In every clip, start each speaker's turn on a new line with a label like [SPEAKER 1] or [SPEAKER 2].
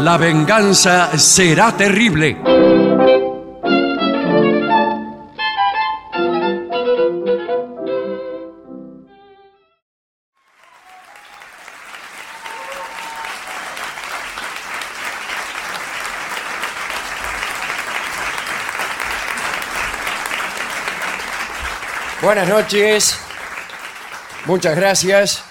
[SPEAKER 1] La venganza será terrible.
[SPEAKER 2] Buenas noches. Muchas gracias.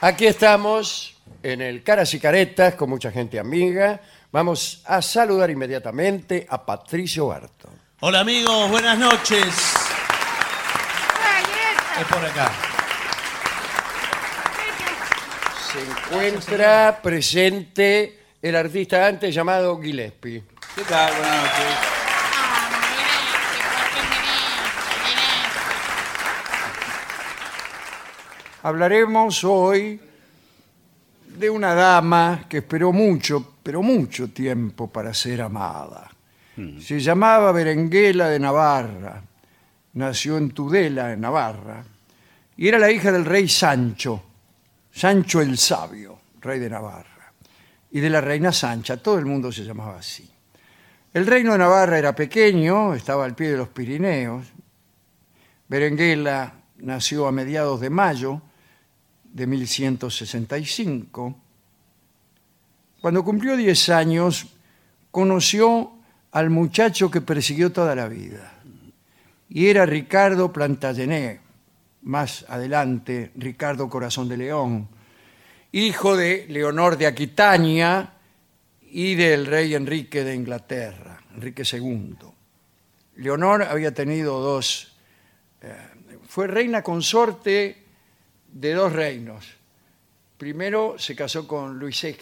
[SPEAKER 2] Aquí estamos en el Caras y Caretas con mucha gente amiga. Vamos a saludar inmediatamente a Patricio Barto.
[SPEAKER 3] Hola amigos, buenas noches. Es por acá.
[SPEAKER 2] Se encuentra presente el artista antes llamado Gillespie.
[SPEAKER 3] ¿Qué tal? Buenas noches.
[SPEAKER 2] Hablaremos hoy de una dama que esperó mucho, pero mucho tiempo para ser amada. Se llamaba Berenguela de Navarra, nació en Tudela, en Navarra, y era la hija del rey Sancho, Sancho el Sabio, rey de Navarra, y de la reina Sancha, todo el mundo se llamaba así. El reino de Navarra era pequeño, estaba al pie de los Pirineos, Berenguela nació a mediados de mayo de 1165. Cuando cumplió 10 años, conoció al muchacho que persiguió toda la vida. Y era Ricardo Plantagenet, más adelante Ricardo Corazón de León, hijo de Leonor de Aquitania y del rey Enrique de Inglaterra, Enrique II. Leonor había tenido dos fue reina consorte de dos reinos. Primero se casó con Luis VI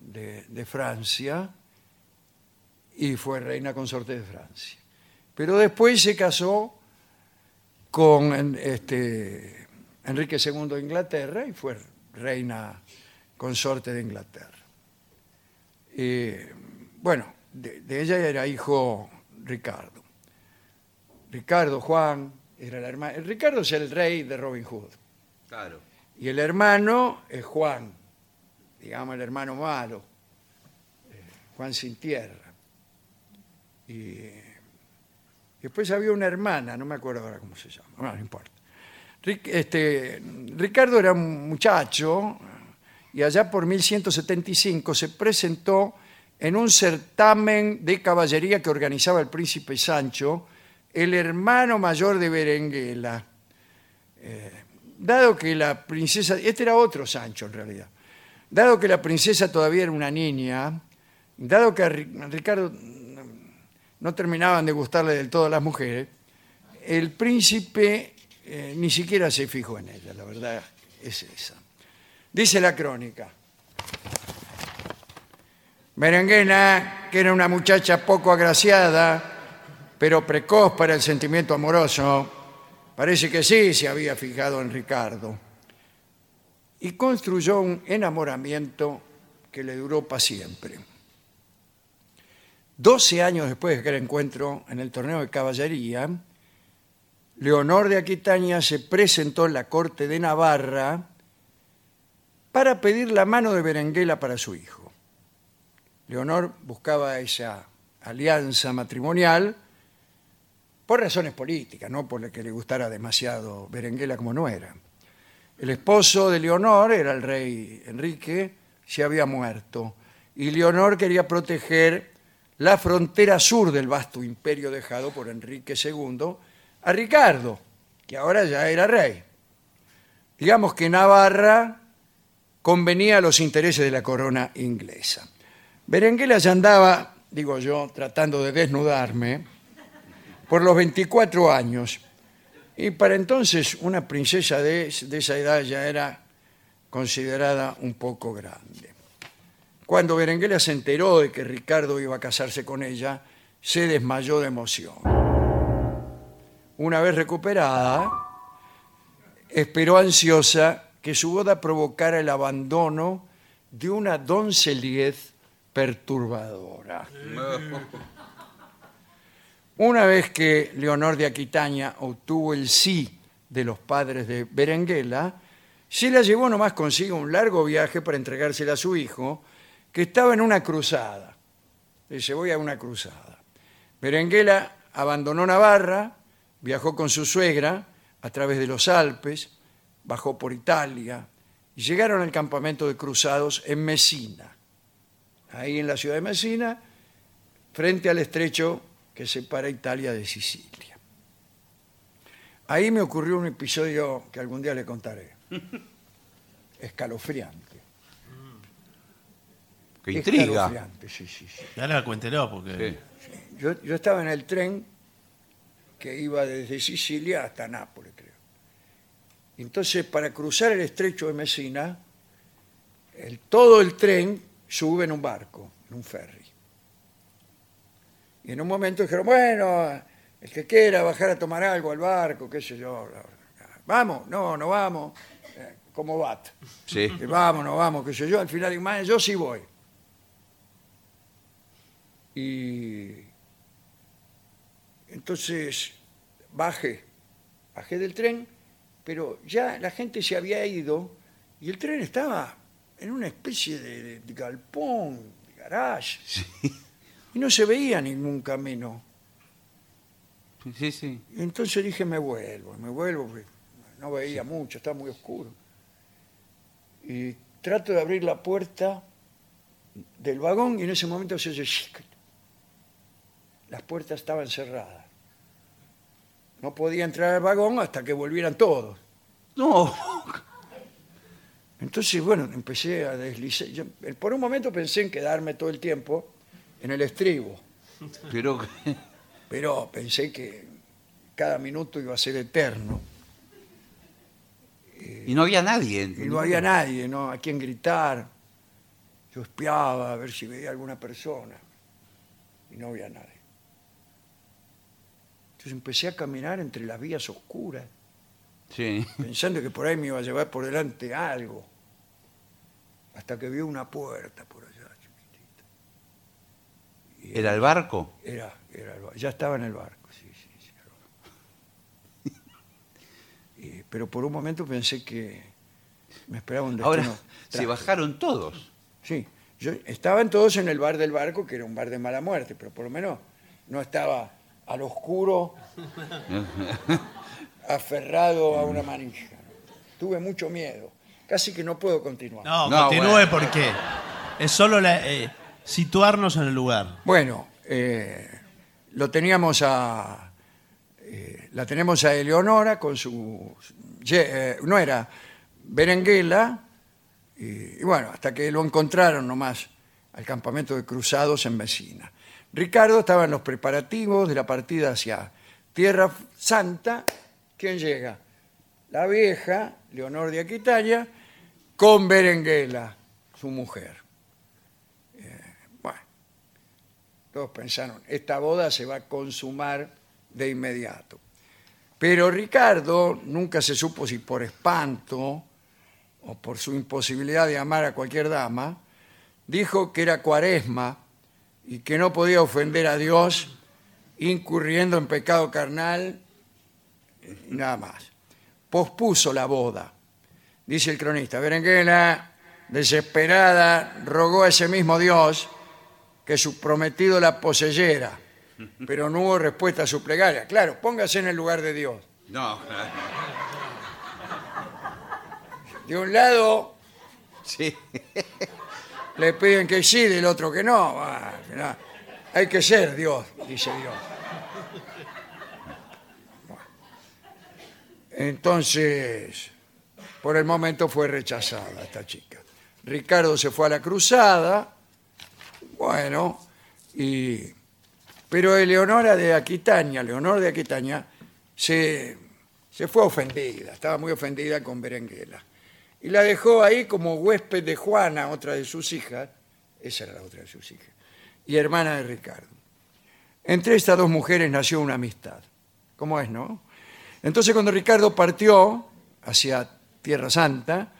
[SPEAKER 2] de, de Francia y fue reina consorte de Francia. Pero después se casó con en- este, Enrique II de Inglaterra y fue reina consorte de Inglaterra. Eh, bueno, de- de ella era hijo Ricardo. Ricardo Juan era el hermano. Ricardo es el rey de Robin Hood.
[SPEAKER 3] Claro.
[SPEAKER 2] Y el hermano es Juan, digamos el hermano malo, eh, Juan sin tierra. Y eh, después había una hermana, no me acuerdo ahora cómo se llama, bueno, no importa. Ric- este, Ricardo era un muchacho y allá por 1175 se presentó en un certamen de caballería que organizaba el príncipe Sancho, el hermano mayor de Berenguela Eh, dado que la princesa, este era otro Sancho en realidad, dado que la princesa todavía era una niña, dado que a Ri- a Ricardo no terminaban de gustarle del todo a las mujeres, el príncipe eh, ni siquiera se fijó en ella, la verdad es esa. Dice la crónica. Merenguena, que era una muchacha poco agraciada, pero precoz para el sentimiento amoroso, parece que sí se había fijado en Ricardo y construyó un enamoramiento que le duró para siempre. Doce años después de aquel encuentro en el torneo de caballería, Leonor de Aquitania se presentó en la corte de Navarra para pedir la mano de Berenguela para su hijo. Leonor buscaba esa alianza matrimonial por razones políticas, no por que le gustara demasiado Berenguela como no era. El esposo de Leonor era el rey Enrique, se había muerto, y Leonor quería proteger la frontera sur del vasto imperio dejado por Enrique II a Ricardo, que ahora ya era rey. Digamos que Navarra convenía a los intereses de la corona inglesa. Berenguela ya andaba, digo yo, tratando de desnudarme por los 24 años. Y para entonces una princesa de, de esa edad ya era considerada un poco grande. Cuando Berenguela se enteró de que Ricardo iba a casarse con ella, se desmayó de emoción. Una vez recuperada, esperó ansiosa que su boda provocara el abandono de una donceliez perturbadora. Una vez que Leonor de Aquitania obtuvo el sí de los padres de Berenguela, se la llevó nomás consigo a un largo viaje para entregársela a su hijo que estaba en una cruzada. Dice, voy a una cruzada. Berenguela abandonó Navarra, viajó con su suegra a través de los Alpes, bajó por Italia y llegaron al campamento de cruzados en Messina. Ahí en la ciudad de Messina, frente al estrecho que separa Italia de Sicilia. Ahí me ocurrió un episodio que algún día le contaré. Escalofriante.
[SPEAKER 4] Qué intriga.
[SPEAKER 2] Escalofriante, sí, sí, sí.
[SPEAKER 3] Y ahora cuéntelo porque.
[SPEAKER 4] Sí.
[SPEAKER 2] Yo, yo estaba en el tren que iba desde Sicilia hasta Nápoles, creo. Entonces, para cruzar el estrecho de Messina, el- todo el tren sube en un barco, en un ferry. Y en un momento dijeron, bueno, el que quiera bajar a tomar algo al barco, qué sé yo. bla, bla, bla. Vamos, no, no vamos. Eh, ¿Cómo va?
[SPEAKER 4] Sí.
[SPEAKER 2] Y vamos, no vamos, qué sé yo. Al final, digo, "Mae, yo sí voy. Y entonces bajé, bajé del tren, pero ya la gente se había ido y el tren estaba en una especie de, de- de galpón, de garage, y no se veía ningún camino.
[SPEAKER 4] Sí, sí.
[SPEAKER 2] Y entonces dije, me vuelvo, me vuelvo, porque no veía mucho, estaba muy oscuro. Y trato de abrir la puerta del vagón y en ese momento se oye shic. Las puertas estaban cerradas. No podía entrar al vagón hasta que volvieran todos.
[SPEAKER 4] No.
[SPEAKER 2] Entonces, bueno, empecé a deslizar. Yo, eh, por un momento pensé en quedarme todo el tiempo en el estribo,
[SPEAKER 4] Pero
[SPEAKER 2] pero pensé que cada minuto iba a ser eterno.
[SPEAKER 4] y no había nadie.
[SPEAKER 2] Y no había nadie, ¿no? A quien gritar. Yo espiaba a ver si veía alguna persona. Y no había nadie. Entonces empecé a caminar entre las vías oscuras,
[SPEAKER 4] Sí.
[SPEAKER 2] pensando que por ahí me iba a llevar por delante algo. Hasta que vi una puerta por allá, chiquitita.
[SPEAKER 4] Era el barco.
[SPEAKER 2] Era, era el bar- ya estaba en el barco, sí, sí, sí. era el barco. Y- pero por un momento pensé que me esperaba un destino.
[SPEAKER 4] Ahora se
[SPEAKER 2] trágico.
[SPEAKER 4] bajaron todos.
[SPEAKER 2] Sí, yo, estaban todos en el bar del barco, que era un bar de mala muerte, pero por lo menos no estaba al oscuro, aferrado a una manija. Tuve mucho miedo. Casi que no puedo continuar.
[SPEAKER 3] No,
[SPEAKER 4] No,
[SPEAKER 3] continúe
[SPEAKER 4] bueno.
[SPEAKER 3] porque es solo la- eh, situarnos en el lugar.
[SPEAKER 2] Bueno, eh, lo teníamos a. eh, la tenemos a Eleonora con su. ye- eh, no era. Berenguela. Y, y bueno, hasta que lo encontraron nomás al campamento de cruzados en Vecina. Ricardo estaba en los preparativos de la partida hacia Tierra Santa. ¿Quién llega? La vieja, Leonor de Aquitania, con Berenguela, su mujer. Eh, bueno, todos pensaron, esta boda se va a consumar de inmediato. Pero Ricardo nunca se supo si por espanto o por su imposibilidad de amar a cualquier dama, dijo que era cuaresma y que no podía ofender a Dios incurriendo en pecado carnal, eh, y nada más. Pospuso la boda. Dice el cronista, Berenguela, desesperada, rogó a ese mismo Dios que su prometido la poseyera, pero no hubo respuesta a su plegaria. Claro, póngase en el lugar de Dios.
[SPEAKER 4] No.
[SPEAKER 2] De un lado
[SPEAKER 4] Sí.
[SPEAKER 2] le piden que sí, del otro que no. Ah, al final, hay que ser Dios, dice Dios. Bueno. Entonces, por el momento fue rechazada esta chica. Ricardo se fue a la cruzada, bueno, y pero Eleonora de Aquitania, Leonor de Aquitania, se, se fue ofendida, estaba muy ofendida con Berenguela. Y la dejó ahí como huésped de Juana, otra de sus hijas, esa era la otra de sus hijas, y hermana de Ricardo. Entre estas dos mujeres nació una amistad. ¿Cómo es, no? Entonces cuando Ricardo partió hacia Tierra Santa,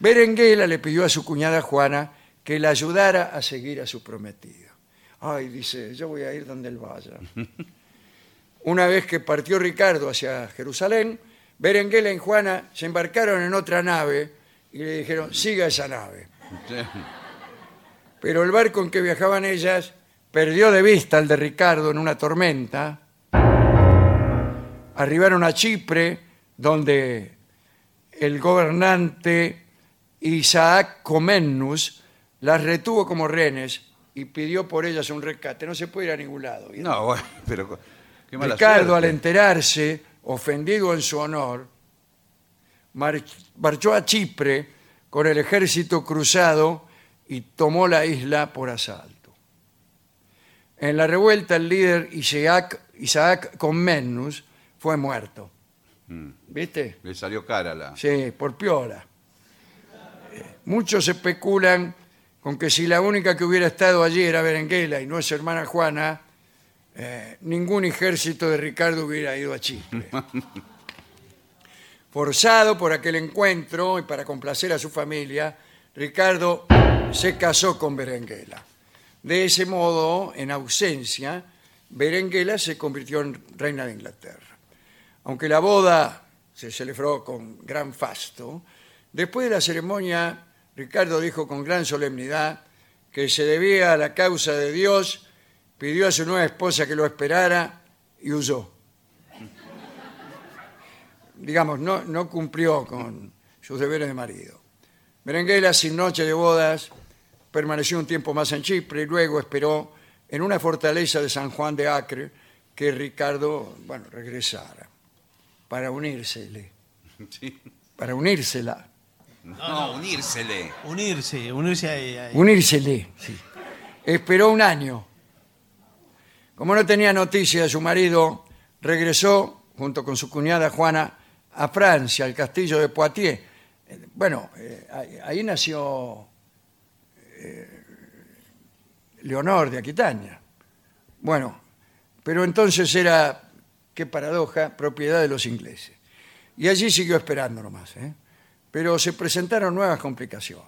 [SPEAKER 2] Berenguela le pidió a su cuñada Juana que la ayudara a seguir a su prometido. Ay, dice, yo voy a ir donde él vaya. Una vez que partió Ricardo hacia Jerusalén, Berenguela y Juana se embarcaron en otra nave y le dijeron, siga esa nave. pero el barco en que viajaban ellas perdió de vista el de Ricardo en una tormenta. Arribaron a Chipre, donde el gobernante Isaac Comnenus las retuvo como rehenes y pidió por ellas un rescate. No se puede ir a ningún lado. Y
[SPEAKER 4] No, bueno, pero co- qué mala
[SPEAKER 2] Ricardo, al
[SPEAKER 4] suerte.
[SPEAKER 2] enterarse, ofendido en su honor, mar- marchó a Chipre con el ejército cruzado y tomó la isla por asalto. En la revuelta, el líder Isaac, Isaac Comnenus fue muerto.
[SPEAKER 4] Mm.
[SPEAKER 2] ¿Viste?
[SPEAKER 4] Le salió cara la...
[SPEAKER 2] Sí, por piola. Eh, Muchos especulan con que si la única que hubiera estado allí era Berenguela y no es hermana Juana, eh, ningún ejército de Ricardo hubiera ido a Chipre. Forzado por aquel encuentro y para complacer a su familia, Ricardo se casó con Berenguela. De ese modo, en ausencia, Berenguela se convirtió en reina de Inglaterra. Aunque la boda se celebró con gran fasto, después de la ceremonia Ricardo dijo con gran solemnidad que se debía a la causa de Dios, pidió a su nueva esposa que lo esperara y huyó. Digamos, no, no cumplió con sus deberes de marido. Berenguela, sin noche de bodas, permaneció un tiempo más en Chipre y luego esperó en una fortaleza de San Juan de Acre que Ricardo bueno, regresara para unírsele,
[SPEAKER 4] Sí.
[SPEAKER 2] para unírsela,
[SPEAKER 4] No, unírsele.
[SPEAKER 3] Unirse, unirse ahí. ahí.
[SPEAKER 2] unírsele. sí. Esperó un año. Como no tenía noticia de su marido, regresó junto con su cuñada Juana a Francia, al castillo de Poitiers. Eh, Bueno, eh, ahí, ahí nació eh, Leonor de Aquitania. Bueno, pero entonces era, qué paradoja, propiedad de los ingleses. Y allí siguió esperando nomás. ¿eh? Pero se presentaron nuevas complicaciones.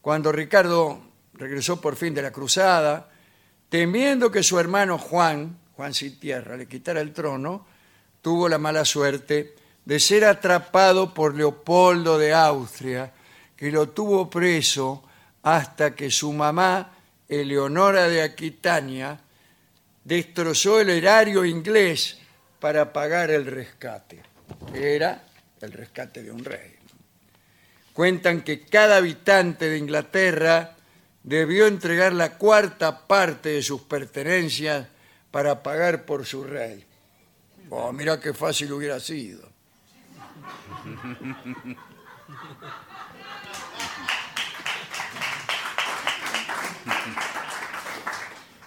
[SPEAKER 2] Cuando Ricardo regresó por fin de la cruzada, temiendo que su hermano Juan, Juan sin tierra, le quitara el trono, tuvo la mala suerte de ser atrapado por Leopoldo de Austria, que lo tuvo preso hasta que su mamá, Eleonora de Aquitania, destrozó el erario inglés para pagar el rescate. que Era el rescate de un rey. Cuentan que cada habitante de Inglaterra debió entregar la cuarta parte de sus pertenencias para pagar por su rey. Oh, mira qué fácil hubiera sido.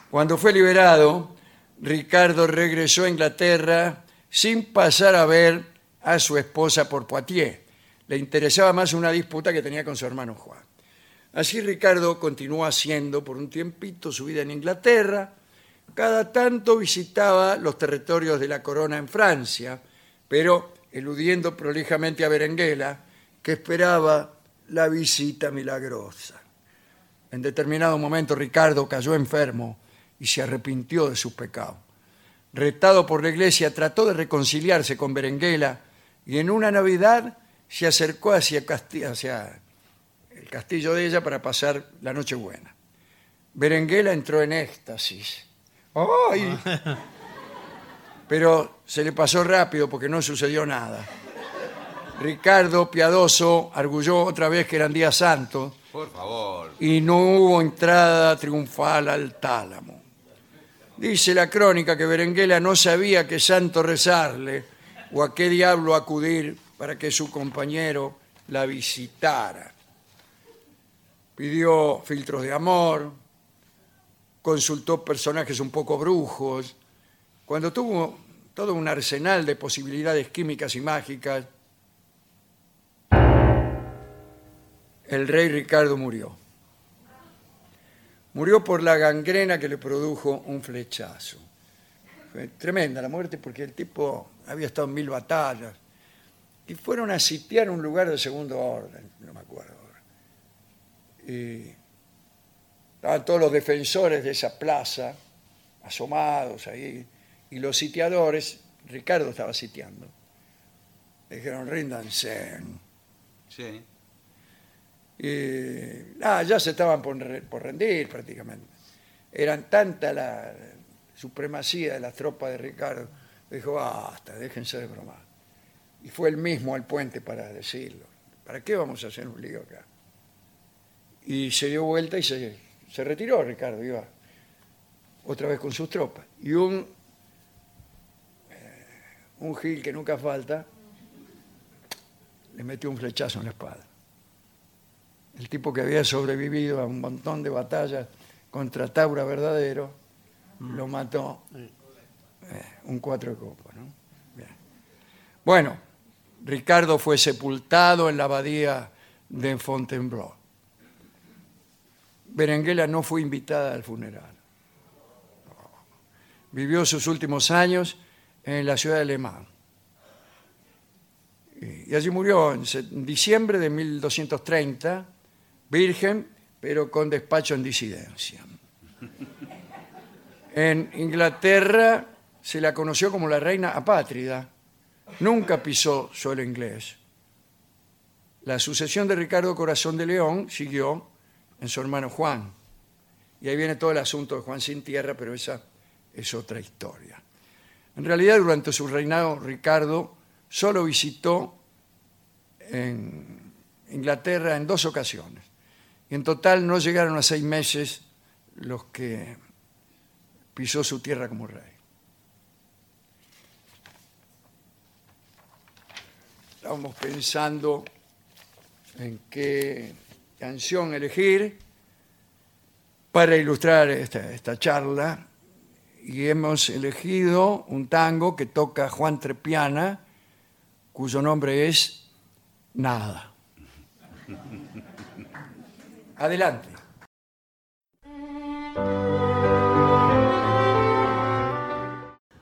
[SPEAKER 2] Cuando fue liberado, Ricardo regresó a Inglaterra sin pasar a ver a su esposa por Poitiers. Le interesaba más una disputa que tenía con su hermano Juan. Así Ricardo continuó haciendo por un tiempito su vida en Inglaterra. Cada tanto visitaba los territorios de la corona en Francia, pero eludiendo prolijamente a Berenguela, que esperaba la visita milagrosa. En determinado momento Ricardo cayó enfermo y se arrepintió de sus pecados. Retado por la iglesia, trató de reconciliarse con Berenguela y en una Navidad se acercó hacia, Casti- hacia el castillo de ella para pasar la noche buena. Berenguela entró en éxtasis. ¡Ay! Pero se le pasó rápido porque no sucedió nada. Ricardo, piadoso, arguyó otra vez que eran días santos
[SPEAKER 4] Por favor.
[SPEAKER 2] y no hubo entrada triunfal al tálamo. Dice la crónica que Berenguela no sabía qué santo rezarle o a qué diablo acudir para que su compañero la visitara. Pidió filtros de amor, consultó personajes un poco brujos. Cuando tuvo todo un arsenal de posibilidades químicas y mágicas, el rey Ricardo murió. Murió por la gangrena que le produjo un flechazo. Fue tremenda la muerte porque el tipo había estado en mil batallas. Y fueron a sitiar un lugar de segundo orden, no me acuerdo ahora. Y estaban todos los defensores de esa plaza, asomados ahí, y los sitiadores, Ricardo estaba sitiando, le dijeron, ríndanse.
[SPEAKER 4] Sí.
[SPEAKER 2] eh, ah, ya se estaban por, re- por rendir prácticamente. Eran tanta la supremacía de las tropas de Ricardo. Dijo, basta, déjense de bromar. Y fue él mismo al puente para decirlo. ¿Para qué vamos a hacer un lío acá? Y se dio vuelta y se, se retiró Ricardo, iba otra vez con sus tropas. Y un, eh, un Gil que nunca falta le metió un flechazo en la espalda. El tipo que había sobrevivido a un montón de batallas contra Taura Verdadero, lo mató. Eh, un cuatro de copa, ¿no? Bien. Bueno, Ricardo fue sepultado en la abadía de Fontainebleau. Berenguela no fue invitada al funeral. Vivió sus últimos años en la ciudad de Le Mans. Y y allí murió en se- en diciembre de 1230, virgen, pero con despacho en disidencia. En Inglaterra se la conoció como la reina apátrida. Nunca pisó suelo inglés. La sucesión de Ricardo Corazón de León siguió en su hermano Juan. Y ahí viene todo el asunto de Juan sin tierra, pero esa es otra historia. En realidad, durante su reinado, Ricardo solo visitó en Inglaterra en dos ocasiones. Y en total no llegaron a seis meses los que pisó su tierra como rey. Estábamos pensando en qué canción elegir para ilustrar esta, esta charla y hemos elegido un tango que toca Juan Trepiana, cuyo nombre es Nada. Adelante.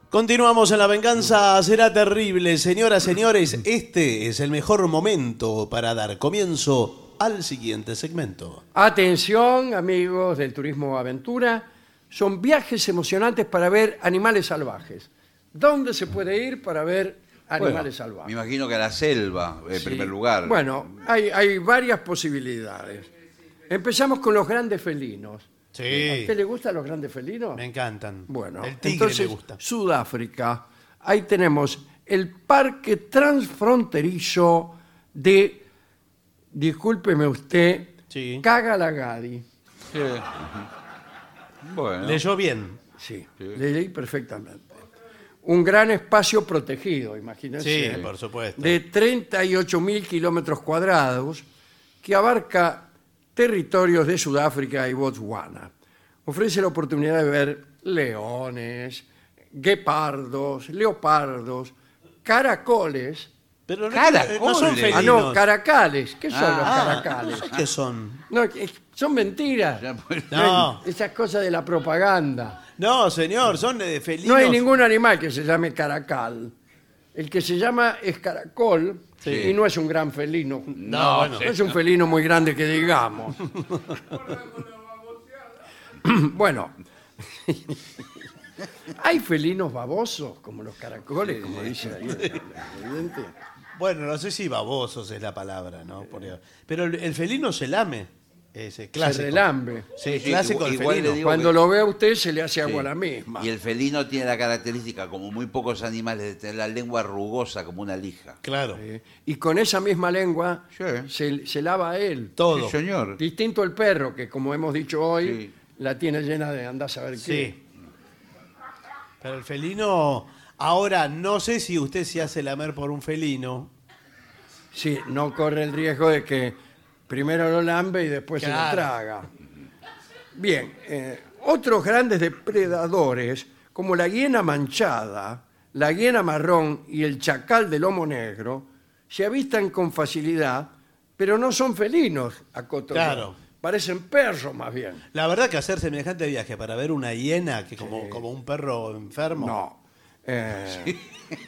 [SPEAKER 3] Continuamos en la venganza, será terrible. Señoras, señores, este es el mejor momento para dar comienzo al siguiente segmento.
[SPEAKER 2] Atención, amigos del turismo aventura. Son viajes emocionantes para ver animales salvajes. ¿Dónde se puede ir para ver animales
[SPEAKER 4] Me
[SPEAKER 2] salvajes?
[SPEAKER 4] imagino que a la selva, en primer
[SPEAKER 2] Sí.
[SPEAKER 4] lugar.
[SPEAKER 2] Bueno, hay, hay varias posibilidades. Empezamos con los grandes felinos. ¿A
[SPEAKER 3] Sí,
[SPEAKER 2] usted le gustan los grandes felinos?
[SPEAKER 3] me encantan.
[SPEAKER 2] Bueno,
[SPEAKER 3] el tigre
[SPEAKER 2] entonces,
[SPEAKER 3] me gusta.
[SPEAKER 2] Sudáfrica. Ahí tenemos el parque transfronterizo de, discúlpeme usted,
[SPEAKER 3] Sí.
[SPEAKER 2] Kagalagadi.
[SPEAKER 4] Bueno.
[SPEAKER 3] Leyó bien.
[SPEAKER 2] Sí, leí perfectamente. Un gran espacio protegido, imagínense.
[SPEAKER 3] Sí, por supuesto.
[SPEAKER 2] De 38.000 kilómetros cuadrados que abarca territorios de Sudáfrica y Botswana. Ofrece la oportunidad de ver leones, guepardos, leopardos, caracoles.
[SPEAKER 3] Pero no,
[SPEAKER 4] Caracoles.
[SPEAKER 3] no son
[SPEAKER 2] Ah,
[SPEAKER 3] felinos.
[SPEAKER 2] no, caracales. ¿Qué son
[SPEAKER 3] Ah,
[SPEAKER 2] los caracales?
[SPEAKER 3] no sé qué son.
[SPEAKER 2] No, es- son mentiras.
[SPEAKER 4] Ya, pues,
[SPEAKER 3] No,
[SPEAKER 2] Esas cosas de la propaganda.
[SPEAKER 3] no, señor, son eh, felinos.
[SPEAKER 2] No hay ningún animal que se llame caracal. El que se llama es caracol y no es un gran felino. No,
[SPEAKER 3] No, bueno.
[SPEAKER 2] es un felino muy grande que digamos. bueno. Hay felinos babosos, como los caracoles, como dice ahí. el evidente.
[SPEAKER 3] Bueno, no sé si babosos es la palabra, ¿no? Por Dios. Pero el, el felino se lame. Ese clásico.
[SPEAKER 2] Se relambe.
[SPEAKER 3] Sí,
[SPEAKER 4] Sí,
[SPEAKER 3] clásico
[SPEAKER 4] igual-
[SPEAKER 3] el
[SPEAKER 4] igual le
[SPEAKER 3] felino.
[SPEAKER 4] digo-
[SPEAKER 2] Cuando lo ve a usted se le hace
[SPEAKER 4] sí.
[SPEAKER 2] agua a la misma.
[SPEAKER 4] Y el felino tiene la característica, como muy pocos animales, de tener la lengua rugosa como una lija.
[SPEAKER 3] Claro.
[SPEAKER 2] Eh, Y con esa misma lengua
[SPEAKER 4] Sí.
[SPEAKER 2] se, se lava a él.
[SPEAKER 3] Todo.
[SPEAKER 4] Sí, señor.
[SPEAKER 2] Distinto el perro, que como hemos dicho hoy,
[SPEAKER 4] Sí.
[SPEAKER 2] la tiene llena de andás a ver qué.
[SPEAKER 3] Sí. Pero el felino. Ahora, no sé si usted se hace lamer por un felino.
[SPEAKER 2] Sí, no corre el riesgo de que primero lo lambe y después se lo
[SPEAKER 3] Claro.
[SPEAKER 2] traga. Bien, eh, otros grandes depredadores, como la hiena manchada, la hiena marrón y el chacal de lomo negro, se avistan con facilidad, pero no son felinos a
[SPEAKER 3] Claro.
[SPEAKER 2] Parecen perros más bien.
[SPEAKER 3] La verdad que hacer semejante viaje para ver una hiena que como, como un perro enfermo.
[SPEAKER 2] No. Eh,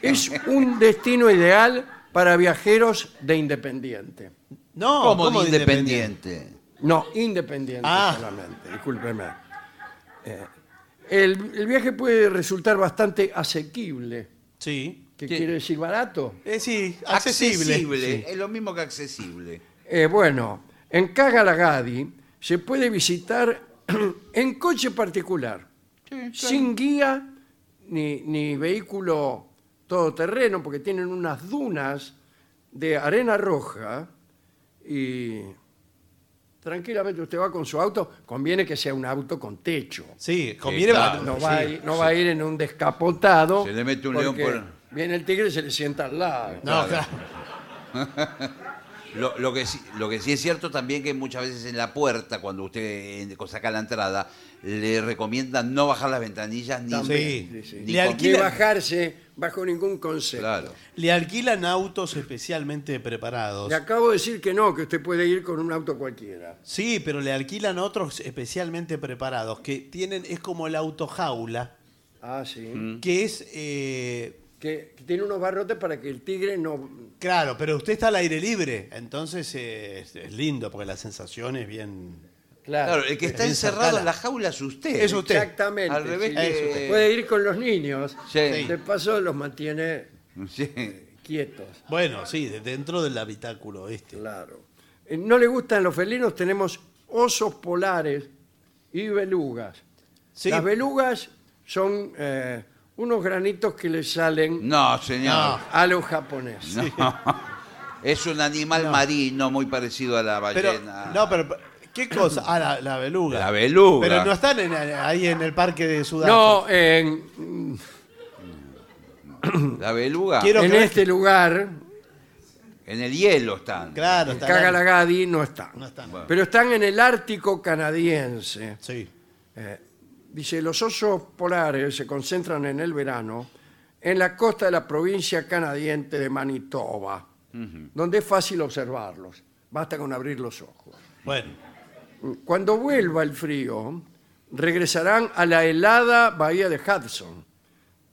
[SPEAKER 2] Es un destino ideal para viajeros de independiente.
[SPEAKER 3] No,
[SPEAKER 4] como
[SPEAKER 3] ¿cómo de
[SPEAKER 4] independiente?
[SPEAKER 2] No, independiente
[SPEAKER 3] Ah.
[SPEAKER 2] solamente, discúlpeme. Eh, el, el viaje puede resultar bastante asequible.
[SPEAKER 3] Sí.
[SPEAKER 2] ¿Qué
[SPEAKER 4] Sí.
[SPEAKER 2] quiere decir barato?
[SPEAKER 3] Eh, sí, accesible.
[SPEAKER 4] Accesible,
[SPEAKER 3] Sí.
[SPEAKER 4] Es lo mismo que accesible.
[SPEAKER 2] Eh, bueno, En Cagalagadi se puede visitar en coche particular, sin guía ni, ni vehículo todoterreno, porque tienen unas dunas de arena roja y tranquilamente usted va con su auto, conviene que sea un auto con techo.
[SPEAKER 3] Sí, conviene.
[SPEAKER 4] claro.
[SPEAKER 2] No va, a, ir, no va a ir en un descapotado.
[SPEAKER 4] Se le mete un león
[SPEAKER 2] porque
[SPEAKER 4] por-
[SPEAKER 2] Viene el tigre y se le sienta al lado.
[SPEAKER 3] No, claro.
[SPEAKER 4] Lo, lo que sí, lo que sí es cierto también que muchas veces en la puerta, cuando usted eh, saca la entrada, le recomiendan no bajar las ventanillas ni,
[SPEAKER 3] También,
[SPEAKER 4] ni-
[SPEAKER 3] sí, sí.
[SPEAKER 4] ni
[SPEAKER 3] Le
[SPEAKER 4] con-
[SPEAKER 2] Ni
[SPEAKER 3] alquilan-
[SPEAKER 2] bajarse bajo ningún concepto.
[SPEAKER 4] Claro.
[SPEAKER 3] Le alquilan autos especialmente preparados.
[SPEAKER 2] Le acabo de decir que no, que usted puede ir con un auto cualquiera.
[SPEAKER 3] Sí, pero le alquilan otros especialmente preparados que tienen, es como el autojaula,
[SPEAKER 2] Ah, sí.
[SPEAKER 4] Mm.
[SPEAKER 3] que es, eh,
[SPEAKER 2] Que, que tiene unos barrotes para que el tigre no...
[SPEAKER 3] claro, pero usted está al aire libre, entonces eh, es, es lindo porque la sensación es bien...
[SPEAKER 2] Claro,
[SPEAKER 4] Claro, el que está
[SPEAKER 3] Bien
[SPEAKER 4] encerrado
[SPEAKER 3] cercana.
[SPEAKER 4] en la jaula es usted.
[SPEAKER 3] Es usted.
[SPEAKER 2] exactamente.
[SPEAKER 4] Al revés
[SPEAKER 2] sí.
[SPEAKER 4] que-
[SPEAKER 2] Puede ir con los niños.
[SPEAKER 4] Sí.
[SPEAKER 2] De paso los mantiene
[SPEAKER 4] Sí.
[SPEAKER 2] quietos.
[SPEAKER 3] Bueno, sí, de- dentro del habitáculo este.
[SPEAKER 2] Claro. Eh, No le gustan los felinos, tenemos osos polares y belugas.
[SPEAKER 3] Sí.
[SPEAKER 2] Las belugas son eh, unos granitos que le salen
[SPEAKER 4] No, señor.
[SPEAKER 3] No.
[SPEAKER 2] a los japoneses.
[SPEAKER 4] Es un animal marino muy parecido a la
[SPEAKER 3] Pero,
[SPEAKER 4] ballena.
[SPEAKER 3] no, pero, ¿qué cosa? Ah, la, la beluga.
[SPEAKER 4] ah. La beluga.
[SPEAKER 3] Pero no están en- ahí en el parque de Sudáfrica.
[SPEAKER 2] No, en,
[SPEAKER 4] La beluga.
[SPEAKER 3] Quiero- Pero
[SPEAKER 2] en
[SPEAKER 3] creo
[SPEAKER 2] este lugar,
[SPEAKER 4] En el hielo están.
[SPEAKER 3] Claro, están-
[SPEAKER 2] Kagalagadi no están.
[SPEAKER 3] No están.
[SPEAKER 2] Pero están en el Ártico canadiense.
[SPEAKER 3] Sí.
[SPEAKER 2] Dice, los osos polares se concentran en el verano en la costa de la provincia canadiense de Manitoba, donde es fácil observarlos. Basta con abrir los ojos.
[SPEAKER 3] Bueno,
[SPEAKER 2] Cuando vuelva el frío, regresarán a la helada bahía de Hudson,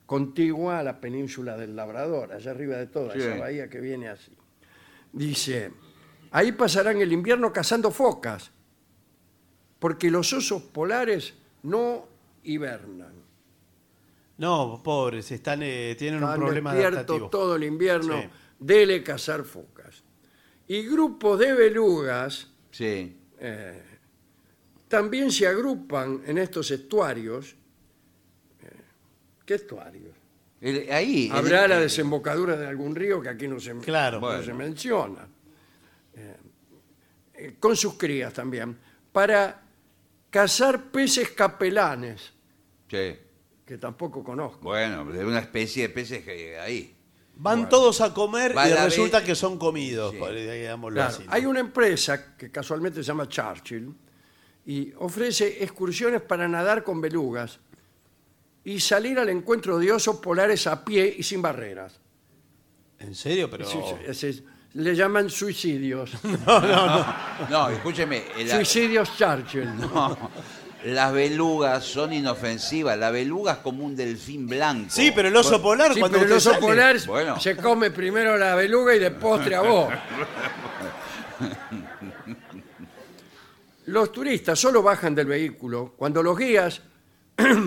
[SPEAKER 2] contigua a la península del Labrador, allá arriba de toda
[SPEAKER 4] Sí.
[SPEAKER 2] esa bahía que viene así. Dice, ahí pasarán el invierno cazando focas, porque los osos polares no hibernan.
[SPEAKER 3] no, pobres, están, eh, tienen un
[SPEAKER 2] Están
[SPEAKER 3] problema
[SPEAKER 2] despiertos
[SPEAKER 3] adaptativo.
[SPEAKER 2] todo el invierno,
[SPEAKER 3] Sí.
[SPEAKER 2] dele cazar focas. Y grupos de belugas
[SPEAKER 4] Sí.
[SPEAKER 2] eh, también se agrupan en estos estuarios. eh, ¿Qué estuarios?
[SPEAKER 4] El- este. ahí.
[SPEAKER 2] Habrá
[SPEAKER 4] el-
[SPEAKER 2] la desembocadura de algún río que aquí no se,
[SPEAKER 3] Claro.
[SPEAKER 2] no
[SPEAKER 4] Bueno.
[SPEAKER 2] se menciona. Eh, eh, con sus crías también. Para cazar peces capelanes,
[SPEAKER 4] Sí.
[SPEAKER 2] que tampoco conozco.
[SPEAKER 4] Bueno, de una especie de peces que ahí.
[SPEAKER 3] Van todos a comer
[SPEAKER 4] Va
[SPEAKER 3] y
[SPEAKER 4] la
[SPEAKER 3] resulta
[SPEAKER 4] vez-
[SPEAKER 3] que son comidos.
[SPEAKER 4] Sí.
[SPEAKER 3] por- digámoslo
[SPEAKER 2] Claro,
[SPEAKER 3] así, ¿no?
[SPEAKER 2] Hay una empresa que casualmente se llama Churchill y ofrece excursiones para nadar con belugas y salir al encuentro de osos polares a pie y sin barreras.
[SPEAKER 3] ¿En serio? Pero...
[SPEAKER 2] Sí, sí, es- es- le llaman suicidios.
[SPEAKER 4] No, escúcheme. el-
[SPEAKER 2] Suicidios Churchill.
[SPEAKER 4] no, las belugas son inofensivas. La beluga es como un delfín blanco.
[SPEAKER 3] Sí, pero el oso polar
[SPEAKER 2] Sí,
[SPEAKER 3] cuando
[SPEAKER 2] pero el
[SPEAKER 3] usted
[SPEAKER 2] oso
[SPEAKER 3] sale-
[SPEAKER 2] polar
[SPEAKER 4] Bueno.
[SPEAKER 2] se come primero la beluga y de postre a vos. Los turistas solo bajan del vehículo cuando los guías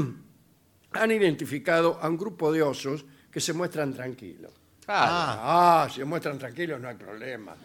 [SPEAKER 2] han identificado a un grupo de osos que se muestran tranquilos.
[SPEAKER 4] Claro.
[SPEAKER 2] Ah, se muestran tranquilos, no hay problema.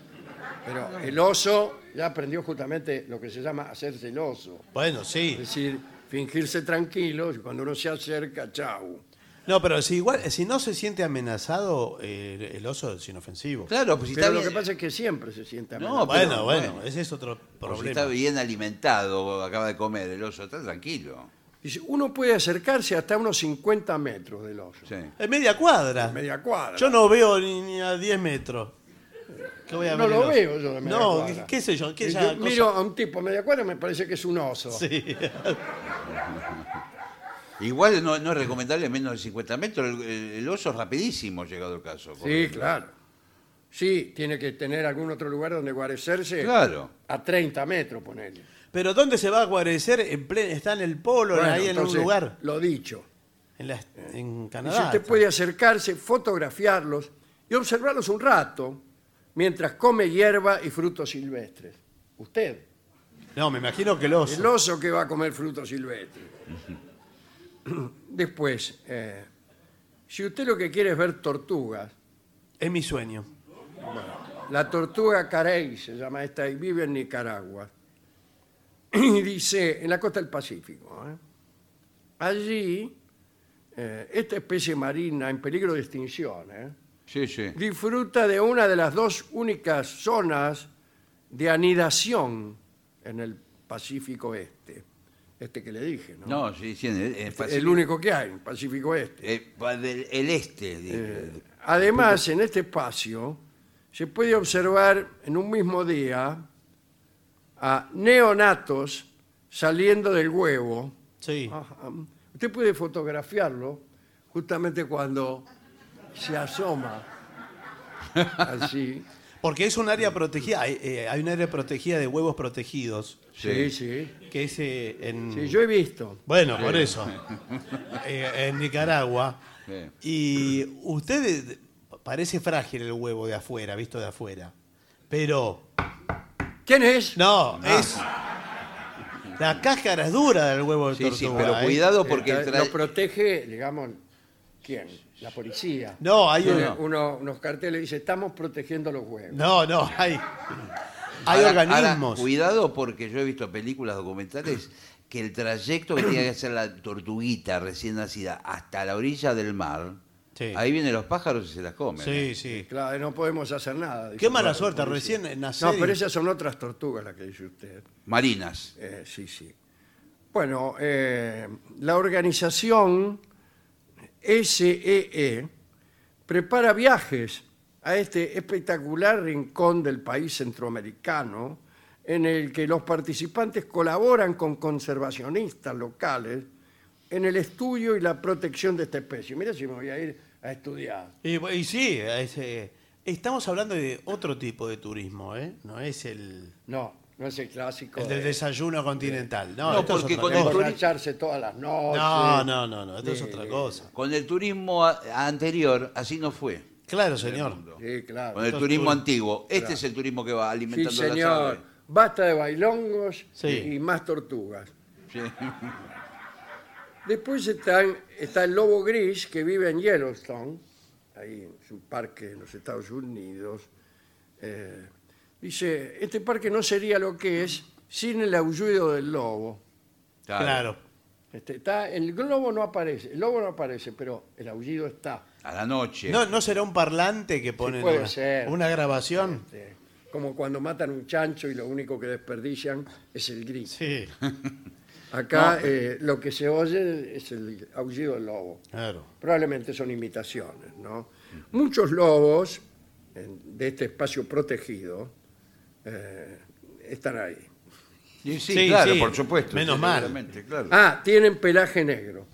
[SPEAKER 2] Pero el oso ya aprendió justamente lo que se llama hacerse el oso.
[SPEAKER 3] Bueno, sí.
[SPEAKER 2] Es decir, fingirse tranquilo y cuando uno se acerca, chau.
[SPEAKER 3] No, pero si igual, si no se siente amenazado, eh, el- el oso es inofensivo.
[SPEAKER 4] Claro, pues si
[SPEAKER 2] Pero
[SPEAKER 4] está
[SPEAKER 2] lo que
[SPEAKER 4] bien,
[SPEAKER 2] pasa es que siempre se siente amenazado.
[SPEAKER 4] No,
[SPEAKER 3] bueno,
[SPEAKER 4] pero-
[SPEAKER 3] bueno,
[SPEAKER 4] bueno.
[SPEAKER 3] ese es otro
[SPEAKER 4] pues si
[SPEAKER 3] problema.
[SPEAKER 4] está bien alimentado, acaba de comer el oso, está tranquilo.
[SPEAKER 2] Dice, uno puede acercarse hasta unos 50 metros del oso.
[SPEAKER 4] Sí.
[SPEAKER 3] Es media cuadra.
[SPEAKER 2] Media cuadra.
[SPEAKER 3] Yo no veo ni, ni a 10 metros. ¿Qué voy a
[SPEAKER 2] No
[SPEAKER 3] ver el
[SPEAKER 2] lo
[SPEAKER 3] oso?
[SPEAKER 2] veo yo de media
[SPEAKER 3] No,
[SPEAKER 2] cuadra.
[SPEAKER 3] qué sé yo, qué
[SPEAKER 2] Y
[SPEAKER 3] ya
[SPEAKER 2] yo
[SPEAKER 3] cosa-
[SPEAKER 2] Miro a un tipo a media cuadra y me parece que es un oso.
[SPEAKER 3] Sí.
[SPEAKER 4] Igual no, no es recomendable menos de 50 metros. El, el- el oso es rapidísimo, llegado el caso.
[SPEAKER 2] Sí,
[SPEAKER 4] porque-
[SPEAKER 2] claro. Sí, tiene que tener algún otro lugar donde guarecerse
[SPEAKER 4] Claro.
[SPEAKER 2] a 30 metros, ponele.
[SPEAKER 3] Pero ¿dónde se va a guarecer? En plen- está en el polo,
[SPEAKER 2] Bueno,
[SPEAKER 3] ahí en
[SPEAKER 2] entonces,
[SPEAKER 3] un lugar.
[SPEAKER 2] Lo dicho.
[SPEAKER 3] En, la- en
[SPEAKER 2] Y
[SPEAKER 3] Canadá.
[SPEAKER 2] si usted puede acercarse, fotografiarlos y observarlos un rato mientras come hierba y frutos silvestres. Usted.
[SPEAKER 3] No, me imagino que el oso.
[SPEAKER 2] El oso que va a comer frutos silvestres. Después, eh, si usted lo que quiere es ver tortugas,
[SPEAKER 3] Es mi sueño.
[SPEAKER 2] La tortuga carey se llama esta y vive en Nicaragua. Y dice, en la costa del Pacífico. ¿eh? Allí, eh, esta especie marina en peligro de extinción ¿eh?
[SPEAKER 4] Sí, sí.
[SPEAKER 2] disfruta de una de las dos únicas zonas de anidación en el Pacífico Este. Este que le dije, ¿no?
[SPEAKER 4] No, sí, sí. en El, en
[SPEAKER 2] el
[SPEAKER 4] Pacífico-
[SPEAKER 2] único que hay, Pacífico Este.
[SPEAKER 4] eh, pa- del- el este.
[SPEAKER 2] Eh.
[SPEAKER 4] de-
[SPEAKER 2] Además, en este espacio se puede observar en un mismo día a neonatos saliendo del huevo.
[SPEAKER 3] Sí.
[SPEAKER 2] Ajá. Usted puede fotografiarlo justamente cuando se asoma. Así.
[SPEAKER 3] Porque es un área protegida. Hay, eh, hay un área protegida de huevos protegidos.
[SPEAKER 2] Sí,
[SPEAKER 4] Sí.
[SPEAKER 2] sí.
[SPEAKER 3] Que es eh, en.
[SPEAKER 2] Sí, yo he visto.
[SPEAKER 3] Bueno, por eso. Eh, en Nicaragua.
[SPEAKER 4] Sí.
[SPEAKER 3] Y usted eh, parece frágil el huevo de afuera, visto de afuera. Pero.
[SPEAKER 2] ¿Quién es?
[SPEAKER 3] No, es. La cáscara es dura del huevo de
[SPEAKER 4] Sí,
[SPEAKER 3] tortuga.
[SPEAKER 4] sí, pero
[SPEAKER 3] ¿eh?
[SPEAKER 4] cuidado porque
[SPEAKER 2] Está-
[SPEAKER 4] tra-
[SPEAKER 2] Lo protege, digamos, ¿quién? La policía.
[SPEAKER 3] No, hay
[SPEAKER 2] Tiene
[SPEAKER 3] un-
[SPEAKER 2] uno- unos carteles dice, estamos protegiendo los huevos.
[SPEAKER 3] No, no, hay. Hay
[SPEAKER 4] Ahora- ahora,
[SPEAKER 3] organismos.
[SPEAKER 4] cuidado porque yo he visto películas documentales que el trayecto que tenía que hacer la tortuguita recién nacida hasta la orilla del mar,
[SPEAKER 3] Sí.
[SPEAKER 4] ahí vienen los pájaros y se las comen.
[SPEAKER 3] sí,
[SPEAKER 4] ¿eh?
[SPEAKER 3] sí.
[SPEAKER 2] Claro, no podemos hacer nada. dice.
[SPEAKER 3] Qué mala
[SPEAKER 2] Claro,
[SPEAKER 3] suerte,
[SPEAKER 2] policía.
[SPEAKER 3] recién nacer.
[SPEAKER 2] No, pero esas son otras tortugas las que dice usted.
[SPEAKER 4] Marinas.
[SPEAKER 2] Eh, sí, sí. Bueno, eh, la organización SEE prepara viajes a este espectacular rincón del país centroamericano en el que los participantes colaboran con conservacionistas locales en el estudio y la protección de esta especie. Mira si me voy a ir a estudiar.
[SPEAKER 3] Y, y sí, es, eh, estamos hablando de otro tipo de turismo, ¿eh? No es el,
[SPEAKER 2] No, no es el clásico.
[SPEAKER 3] el del
[SPEAKER 2] de-
[SPEAKER 3] desayuno continental. No,
[SPEAKER 4] No,
[SPEAKER 3] esto es
[SPEAKER 4] porque
[SPEAKER 3] otra
[SPEAKER 4] con
[SPEAKER 3] cosa.
[SPEAKER 4] el turi-
[SPEAKER 2] emborracharse todas las noches.
[SPEAKER 3] No, no, no, no, esto es
[SPEAKER 2] Sí.
[SPEAKER 3] otra cosa.
[SPEAKER 4] Con el turismo a- anterior, así no fue.
[SPEAKER 3] Claro, señor.
[SPEAKER 2] Sí, claro.
[SPEAKER 4] Con el
[SPEAKER 3] Estos
[SPEAKER 4] turismo
[SPEAKER 3] tur-
[SPEAKER 4] antiguo. Este es el turismo que va
[SPEAKER 2] Sí,
[SPEAKER 4] alimentando la
[SPEAKER 2] señor.
[SPEAKER 4] sangre.
[SPEAKER 2] Basta de bailongos
[SPEAKER 3] Sí.
[SPEAKER 2] y más tortugas.
[SPEAKER 4] Sí.
[SPEAKER 2] Después están, está el lobo gris que vive en Yellowstone, ahí es un parque en los Estados Unidos. Eh, dice, este parque no sería lo que es sin el aullido del lobo.
[SPEAKER 3] Claro.
[SPEAKER 2] Este, está, el lobo no aparece, el lobo no aparece, pero el aullido está.
[SPEAKER 4] A la noche.
[SPEAKER 3] No, ¿No será un parlante que pone
[SPEAKER 2] puede
[SPEAKER 3] una,
[SPEAKER 2] ser.
[SPEAKER 3] una grabación?
[SPEAKER 2] Este, como cuando matan un chancho y lo único que desperdician es el gris.
[SPEAKER 3] Sí,
[SPEAKER 2] Acá eh, lo que se oye es el aullido del lobo.
[SPEAKER 3] claro.
[SPEAKER 2] Probablemente son imitaciones, ¿no? Muchos lobos en- de este espacio protegido eh, están ahí.
[SPEAKER 4] Y sí,
[SPEAKER 3] Sí,
[SPEAKER 4] claro,
[SPEAKER 3] sí.
[SPEAKER 4] por supuesto.
[SPEAKER 3] Menos
[SPEAKER 4] sí,
[SPEAKER 3] mal.
[SPEAKER 4] seguramente, claro.
[SPEAKER 2] Ah, tienen pelaje negro,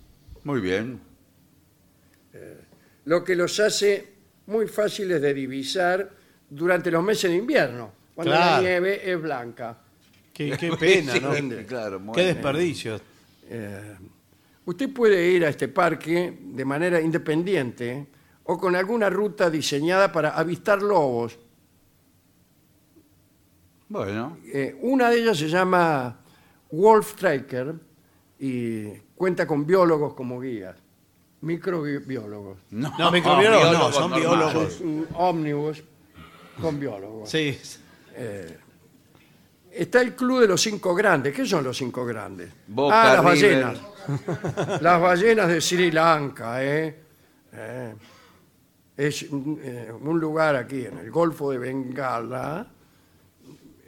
[SPEAKER 4] Muy bien.
[SPEAKER 2] lo que los hace muy fáciles de divisar durante los meses de invierno, cuando la
[SPEAKER 3] Claro.
[SPEAKER 2] nieve es blanca.
[SPEAKER 3] Qué, qué pena,
[SPEAKER 4] Sí,
[SPEAKER 3] ¿no?
[SPEAKER 4] Claro, muy
[SPEAKER 3] Qué
[SPEAKER 4] bien.
[SPEAKER 3] desperdicio.
[SPEAKER 2] Eh, usted puede ir a este parque de manera independiente o con alguna ruta diseñada para avistar lobos.
[SPEAKER 4] Bueno.
[SPEAKER 2] Eh, una de ellas se llama Wolf Tracker y cuenta con biólogos como guías, microbiólogos.
[SPEAKER 4] No,
[SPEAKER 3] No, microbiólogos no, son
[SPEAKER 4] normales.
[SPEAKER 3] biólogos.
[SPEAKER 2] Un ómnibus con biólogos.
[SPEAKER 3] Sí.
[SPEAKER 2] Está el Club de los Cinco Grandes. ¿Qué son los Cinco Grandes?
[SPEAKER 4] Boca,
[SPEAKER 2] ah, las
[SPEAKER 4] River.
[SPEAKER 2] ballenas. las ballenas de Sri Lanka, ¿eh? Eh, Es un, eh, un lugar aquí en el Golfo de Bengala,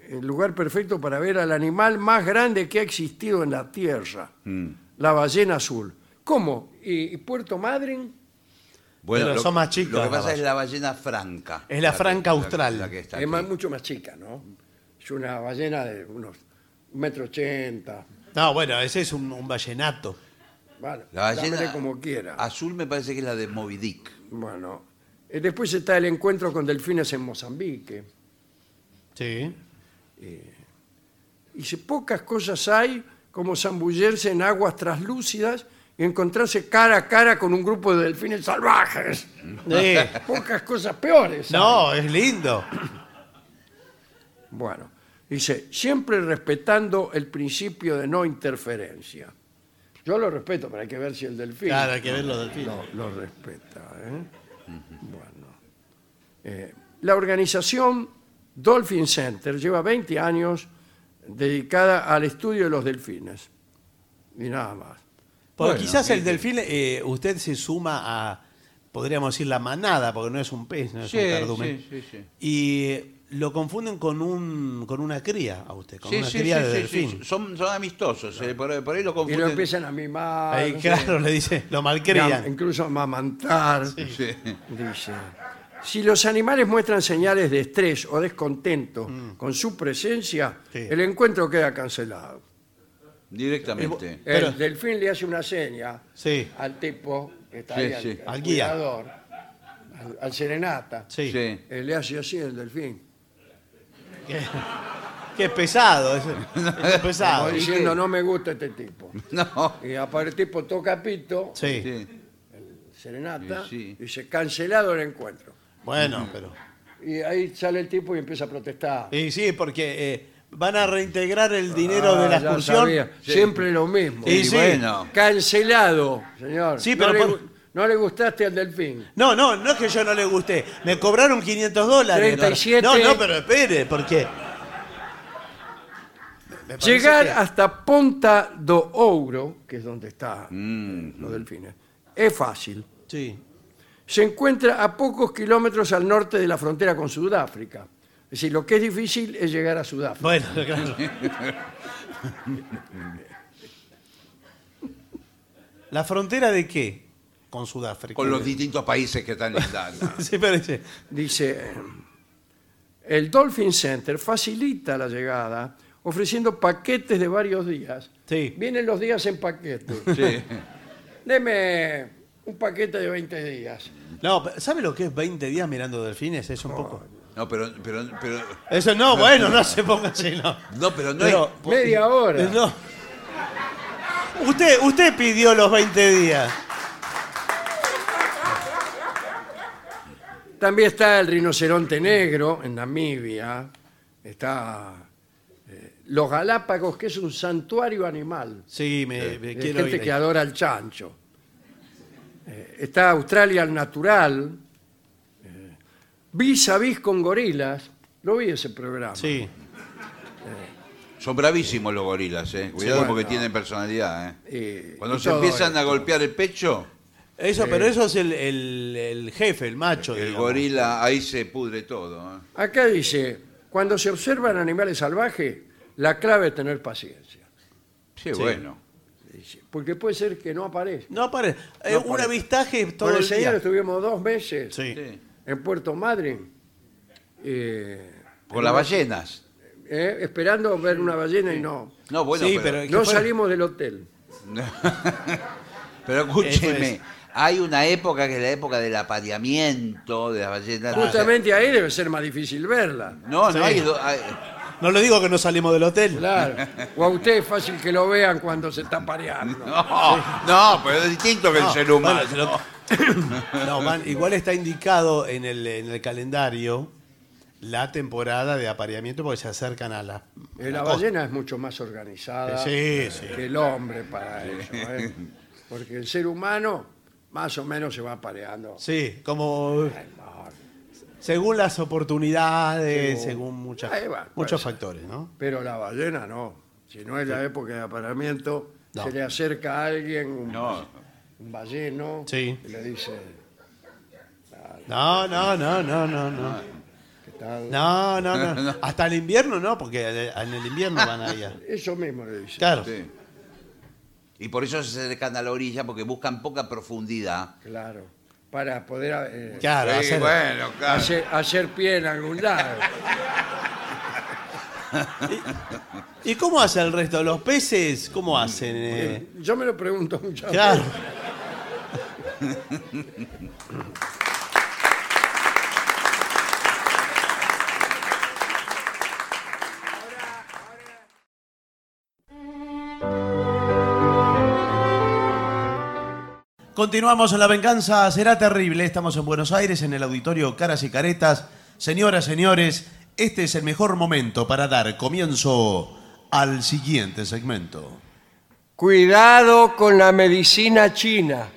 [SPEAKER 2] el lugar perfecto para ver al animal más grande que ha existido en la Tierra,
[SPEAKER 4] Mm.
[SPEAKER 2] la ballena azul. ¿Cómo? ¿Y, y Puerto Madryn?
[SPEAKER 4] Bueno,
[SPEAKER 3] Pero
[SPEAKER 4] lo-
[SPEAKER 3] son más chicas
[SPEAKER 4] Lo que
[SPEAKER 3] las
[SPEAKER 4] pasa es
[SPEAKER 3] ballenas.
[SPEAKER 4] la ballena franca.
[SPEAKER 3] Es la franca
[SPEAKER 4] que-
[SPEAKER 3] austral.
[SPEAKER 4] La que está
[SPEAKER 2] Es más-
[SPEAKER 4] aquí.
[SPEAKER 2] mucho más chica, ¿no? Es una ballena de unos metro ochenta.
[SPEAKER 3] No, bueno, ese es un, un vallenato.
[SPEAKER 2] Bueno,
[SPEAKER 4] La ballena
[SPEAKER 2] llámele como quiera.
[SPEAKER 4] Azul me parece que es la de Moby Dick.
[SPEAKER 2] Bueno, eh, después está el encuentro con delfines en Mozambique.
[SPEAKER 3] Sí.
[SPEAKER 2] Y si pocas cosas hay como zambullerse en aguas traslúcidas y encontrarse cara a cara con un grupo de delfines salvajes.
[SPEAKER 3] Sí.
[SPEAKER 2] Pocas cosas peores. hay.
[SPEAKER 3] No, es lindo.
[SPEAKER 2] Bueno, dice, siempre respetando el principio de no interferencia. Yo lo respeto, pero hay que ver si el delfín
[SPEAKER 3] Claro, hay que ver los delfines.
[SPEAKER 2] lo, lo respeta. ¿eh? Bueno. Eh, la organización Dolphin Center lleva 20 años dedicada al estudio de los delfines. Y nada más.
[SPEAKER 3] Porque
[SPEAKER 1] Bueno,
[SPEAKER 3] quizás el delfín, eh, usted se suma a, podríamos decir, la manada, porque no es un pez, no es
[SPEAKER 4] Sí,
[SPEAKER 3] un cardumen.
[SPEAKER 4] sí, sí, sí.
[SPEAKER 3] Y eh, lo confunden con un con una cría a usted, con
[SPEAKER 4] Sí,
[SPEAKER 3] una
[SPEAKER 4] sí,
[SPEAKER 3] cría
[SPEAKER 4] sí,
[SPEAKER 3] de
[SPEAKER 4] sí,
[SPEAKER 3] delfín.
[SPEAKER 4] sí, Son, son amistosos, eh, por, ahí- por ahí lo
[SPEAKER 2] Y
[SPEAKER 4] confunden.
[SPEAKER 2] lo empiezan a mimar.
[SPEAKER 3] Ahí, claro, le dice, lo
[SPEAKER 2] Am-
[SPEAKER 3] malcrían.
[SPEAKER 2] incluso amamantar.
[SPEAKER 4] Sí.
[SPEAKER 2] Dice, si los animales muestran señales de estrés o descontento con su presencia,
[SPEAKER 3] Mm. Sí.
[SPEAKER 2] el encuentro queda cancelado.
[SPEAKER 4] Directamente.
[SPEAKER 3] Pero-
[SPEAKER 2] el delfín le hace una seña
[SPEAKER 3] Sí,
[SPEAKER 2] al tipo que está
[SPEAKER 4] Sí,
[SPEAKER 2] ahí, al-
[SPEAKER 4] sí.
[SPEAKER 2] al,
[SPEAKER 3] Al guía.
[SPEAKER 2] cuidador, al, al serenata.
[SPEAKER 3] sí.
[SPEAKER 4] Sí.
[SPEAKER 2] Eh, le hace así el delfín,
[SPEAKER 3] Qué pesado, es, es pesado.
[SPEAKER 2] como
[SPEAKER 4] ¿y
[SPEAKER 2] diciendo
[SPEAKER 4] qué?
[SPEAKER 2] no me gusta este tipo.
[SPEAKER 4] No.
[SPEAKER 2] Y aparte el tipo toca pito,
[SPEAKER 3] Sí,
[SPEAKER 4] Sí.
[SPEAKER 2] serenata,
[SPEAKER 4] Sí, sí.
[SPEAKER 2] y se cancelado el encuentro.
[SPEAKER 3] bueno, pero...
[SPEAKER 2] Y ahí sale el tipo y empieza a protestar.
[SPEAKER 3] Y sí, porque eh, van a reintegrar el dinero
[SPEAKER 2] Ah,
[SPEAKER 3] de la
[SPEAKER 2] ya
[SPEAKER 3] excursión.
[SPEAKER 2] sabía.
[SPEAKER 4] Sí.
[SPEAKER 2] Siempre lo mismo.
[SPEAKER 3] Y
[SPEAKER 4] Y
[SPEAKER 3] sí.
[SPEAKER 4] bueno.
[SPEAKER 2] Cancelado, señor.
[SPEAKER 3] Sí,
[SPEAKER 2] no,
[SPEAKER 3] pero
[SPEAKER 2] le,
[SPEAKER 3] por-
[SPEAKER 2] gu- no le gustaste al delfín.
[SPEAKER 3] No, no, no es que yo no le guste. Me cobraron 500 dólares.
[SPEAKER 2] 37.
[SPEAKER 3] No, no, pero espere, porque... me parece
[SPEAKER 2] Llegar
[SPEAKER 3] que-
[SPEAKER 2] hasta Ponta do Ouro, que es donde están
[SPEAKER 4] Mm.
[SPEAKER 2] los delfines, es fácil.
[SPEAKER 3] Sí.
[SPEAKER 2] Se encuentra a pocos kilómetros al norte de la frontera con Sudáfrica. Es decir, lo que es difícil es llegar a Sudáfrica.
[SPEAKER 3] Bueno, claro. ¿La frontera de qué? Con Sudáfrica.
[SPEAKER 4] Con los distintos países que están lindando.
[SPEAKER 3] Sí, parece.
[SPEAKER 2] Dice, el Dolphin Center facilita la llegada ofreciendo paquetes de varios días.
[SPEAKER 3] Sí.
[SPEAKER 2] Vienen los días en paquetes.
[SPEAKER 4] Sí.
[SPEAKER 2] Deme un paquete de 20 días.
[SPEAKER 3] No, ¿sabe lo que es 20 días mirando delfines? Es un poco.
[SPEAKER 4] No, pero, pero, pero,
[SPEAKER 3] Eso no, bueno, no se ponga así, no.
[SPEAKER 4] no, pero no
[SPEAKER 3] Pero-
[SPEAKER 4] es.
[SPEAKER 2] Media hora.
[SPEAKER 3] No. Usted, usted pidió los 20 días.
[SPEAKER 2] También está el rinoceronte negro en Namibia. Está eh, los Galápagos, que es un santuario animal.
[SPEAKER 3] Sí, me, me
[SPEAKER 4] Eh,
[SPEAKER 2] Hay
[SPEAKER 3] quiero
[SPEAKER 2] gente
[SPEAKER 3] ir.
[SPEAKER 2] que
[SPEAKER 3] ahí.
[SPEAKER 2] adora el chancho. Eh, está Australia al natural. eh, vis a vis con gorilas. Lo vi ese programa.
[SPEAKER 3] Sí.
[SPEAKER 4] Son bravísimos los gorilas, eh. Cuidado
[SPEAKER 2] bueno.
[SPEAKER 4] porque tienen personalidad, eh.
[SPEAKER 2] Eh,
[SPEAKER 4] Cuando
[SPEAKER 2] y
[SPEAKER 4] se
[SPEAKER 2] todo
[SPEAKER 4] empiezan
[SPEAKER 2] esto.
[SPEAKER 4] a golpear el pecho,
[SPEAKER 3] Eso, pero eso es el, el- el jefe, el macho.
[SPEAKER 4] Eh. el
[SPEAKER 3] digamos.
[SPEAKER 4] gorila ahí se pudre todo. ¿eh?
[SPEAKER 2] Acá dice, cuando se observan animales salvajes, la clave es tener paciencia.
[SPEAKER 4] Sí,
[SPEAKER 3] Sí.
[SPEAKER 4] bueno.
[SPEAKER 2] Dice, Porque puede ser que no aparezca.
[SPEAKER 3] No aparece. Eh,
[SPEAKER 2] No
[SPEAKER 3] un
[SPEAKER 2] aparece.
[SPEAKER 3] avistaje todo
[SPEAKER 2] Con el
[SPEAKER 3] el día.
[SPEAKER 2] señor estuvimos dos meses
[SPEAKER 3] Sí.
[SPEAKER 4] Sí.
[SPEAKER 2] en Puerto Madryn eh,
[SPEAKER 4] Por las ballenas.
[SPEAKER 2] eh, esperando ver una ballena y no.
[SPEAKER 4] No, bueno,
[SPEAKER 3] Sí,
[SPEAKER 4] pero,
[SPEAKER 3] pero-
[SPEAKER 2] No
[SPEAKER 3] fue?
[SPEAKER 2] salimos del hotel.
[SPEAKER 4] pero
[SPEAKER 3] Eso
[SPEAKER 4] escúcheme.
[SPEAKER 3] es.
[SPEAKER 4] Hay una época que es la época del apareamiento de las
[SPEAKER 3] Ah,
[SPEAKER 4] ballenas.
[SPEAKER 2] Justamente ahí debe ser más difícil verla.
[SPEAKER 4] No, no
[SPEAKER 3] Sí.
[SPEAKER 4] hay, do- hay-
[SPEAKER 3] No le digo que no salimos del hotel.
[SPEAKER 2] Claro. O a usted es fácil que lo vean cuando se está pareando.
[SPEAKER 4] No, no, pero es distinto que el
[SPEAKER 3] No,
[SPEAKER 4] ser humano.
[SPEAKER 3] bueno, se lo- No, man, igual está indicado en el, en el calendario la temporada de apareamiento porque se acercan a la.
[SPEAKER 2] Eh, La ballena es mucho más organizada
[SPEAKER 3] Sí, sí.
[SPEAKER 2] que el hombre para eso. ¿eh? Porque el ser humano más o menos se va pareando.
[SPEAKER 3] Sí, como
[SPEAKER 2] Ay, no.
[SPEAKER 3] según las oportunidades, según muchas,
[SPEAKER 2] Ahí va, puede
[SPEAKER 3] muchos
[SPEAKER 2] ser.
[SPEAKER 3] factores, ¿no?
[SPEAKER 2] Pero la ballena no. Si no es la época de apareamiento,
[SPEAKER 3] No.
[SPEAKER 2] se le acerca a alguien, un,
[SPEAKER 4] No.
[SPEAKER 2] un balleno,
[SPEAKER 3] Sí.
[SPEAKER 2] y le dice,
[SPEAKER 3] No, no, no, no, no, no.
[SPEAKER 2] ¿qué tal?
[SPEAKER 3] No, no, no. Hasta el invierno no, porque en el invierno van allá.
[SPEAKER 2] Eso mismo le dice.
[SPEAKER 3] Claro.
[SPEAKER 4] Sí. Y por eso se acercan a la orilla porque buscan poca profundidad.
[SPEAKER 2] Claro. Para poder eh,
[SPEAKER 3] Claro,
[SPEAKER 4] Sí,
[SPEAKER 3] hacer-
[SPEAKER 4] bueno, claro.
[SPEAKER 2] hacer, hacer pie en algún lado.
[SPEAKER 3] ¿Y cómo hace el resto? ¿Los peces cómo hacen? eh?
[SPEAKER 2] Yo me lo pregunto muchas
[SPEAKER 3] Claro.
[SPEAKER 2] veces.
[SPEAKER 3] Continuamos en La Venganza Será Terrible. Estamos en Buenos Aires, en el auditorio Caras y Caretas. Señoras, señores, este es el mejor momento para dar comienzo al siguiente segmento.
[SPEAKER 2] Cuidado con la medicina china.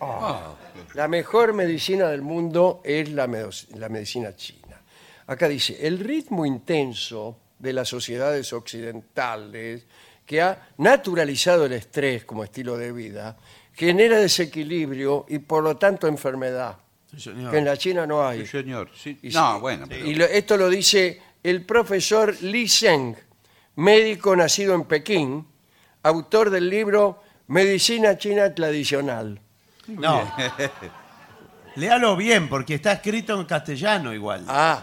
[SPEAKER 2] Ah. La mejor medicina del mundo es la, medo- la medicina china. Acá dice, el ritmo intenso de las sociedades occidentales que ha naturalizado el estrés como estilo de vida, genera desequilibrio y por lo tanto enfermedad,
[SPEAKER 3] Sí, señor.
[SPEAKER 2] que en la China no hay.
[SPEAKER 4] Sí, señor. Sí.
[SPEAKER 2] Y
[SPEAKER 4] No,
[SPEAKER 2] sí,
[SPEAKER 4] bueno. pero-
[SPEAKER 2] Y lo- esto lo dice el profesor Li Zheng, médico nacido en Pekín, autor del libro Medicina China Tradicional.
[SPEAKER 3] No. Léalo bien, porque está escrito en castellano igual.
[SPEAKER 2] Ah,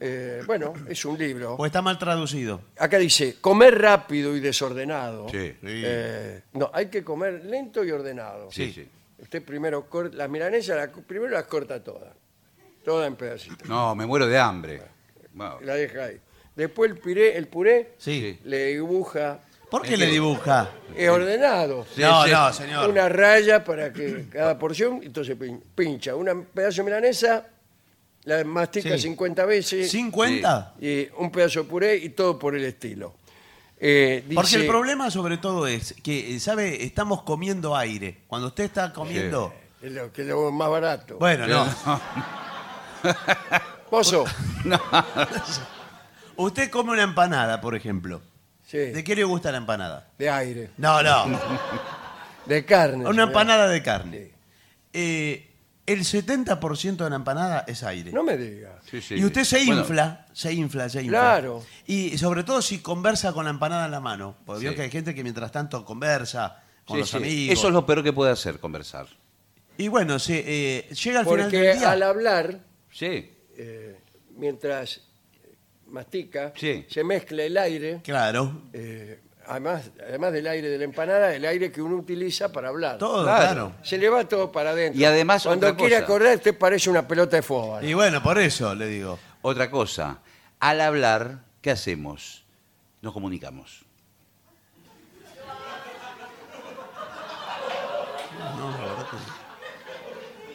[SPEAKER 2] eh, bueno, es un libro.
[SPEAKER 3] O está mal traducido.
[SPEAKER 2] Acá dice, comer rápido y desordenado.
[SPEAKER 4] Sí.
[SPEAKER 2] Eh, no, hay que comer lento y ordenado.
[SPEAKER 4] Sí, sí.
[SPEAKER 2] Usted primero corta, las milanesas la- primero las corta todas, todas en pedacitos,
[SPEAKER 4] No, me muero de hambre. Bueno,
[SPEAKER 2] y la deja ahí. Después el puré, el puré
[SPEAKER 3] Sí.
[SPEAKER 2] le dibuja,
[SPEAKER 3] ¿Por qué le dibuja?
[SPEAKER 2] es ordenado,
[SPEAKER 3] no,
[SPEAKER 4] sí.
[SPEAKER 3] no, señor.
[SPEAKER 2] una raya para que cada porción, entonces pin- pincha, un pedazo de milanesa, la mastica
[SPEAKER 3] Sí.
[SPEAKER 2] 50 veces,
[SPEAKER 3] ¿50?
[SPEAKER 2] y un pedazo de puré y todo por el estilo. Eh,
[SPEAKER 3] Porque
[SPEAKER 2] dice-
[SPEAKER 3] el problema sobre todo es que, eh, ¿sabe? Estamos comiendo aire. Cuando usted está comiendo...
[SPEAKER 2] Es lo que es lo más barato.
[SPEAKER 3] Bueno, no.
[SPEAKER 2] Pozo.
[SPEAKER 3] Usted come una empanada, por ejemplo.
[SPEAKER 2] Sí,
[SPEAKER 3] ¿De
[SPEAKER 2] de,
[SPEAKER 3] qué le gusta la empanada?
[SPEAKER 2] aire.
[SPEAKER 3] No, no.
[SPEAKER 2] De carne.
[SPEAKER 3] Una
[SPEAKER 2] señor.
[SPEAKER 3] empanada de carne.
[SPEAKER 2] Sí.
[SPEAKER 3] Eh, el 70% de la empanada es aire.
[SPEAKER 2] No me diga.
[SPEAKER 4] sí, sí.
[SPEAKER 3] Y usted se
[SPEAKER 4] Bueno,
[SPEAKER 3] infla, se infla, se infla.
[SPEAKER 2] Claro.
[SPEAKER 3] Y sobre todo si conversa con la empanada en la mano. Porque vio
[SPEAKER 4] Sí.
[SPEAKER 3] que hay gente que mientras tanto conversa con
[SPEAKER 4] sí,
[SPEAKER 3] los
[SPEAKER 4] sí.
[SPEAKER 3] amigos.
[SPEAKER 4] Eso es lo peor que puede hacer, conversar.
[SPEAKER 3] Y bueno, se, eh, llega al final
[SPEAKER 2] Porque
[SPEAKER 3] del día.
[SPEAKER 2] al hablar,
[SPEAKER 4] Sí.
[SPEAKER 2] eh, mientras mastica,
[SPEAKER 4] Sí.
[SPEAKER 2] se mezcla el aire,
[SPEAKER 3] Claro.
[SPEAKER 2] eh, además, además del aire de la empanada, el aire que uno utiliza para hablar.
[SPEAKER 3] Todo,
[SPEAKER 4] Claro.
[SPEAKER 3] claro.
[SPEAKER 2] Se le va todo para adentro.
[SPEAKER 4] Y además
[SPEAKER 2] Cuando
[SPEAKER 4] otra
[SPEAKER 2] quiere
[SPEAKER 4] cosa.
[SPEAKER 2] acordar, usted parece una pelota de fútbol.
[SPEAKER 3] Y bueno, por eso le digo.
[SPEAKER 4] Otra cosa, al hablar, ¿qué hacemos? Nos comunicamos.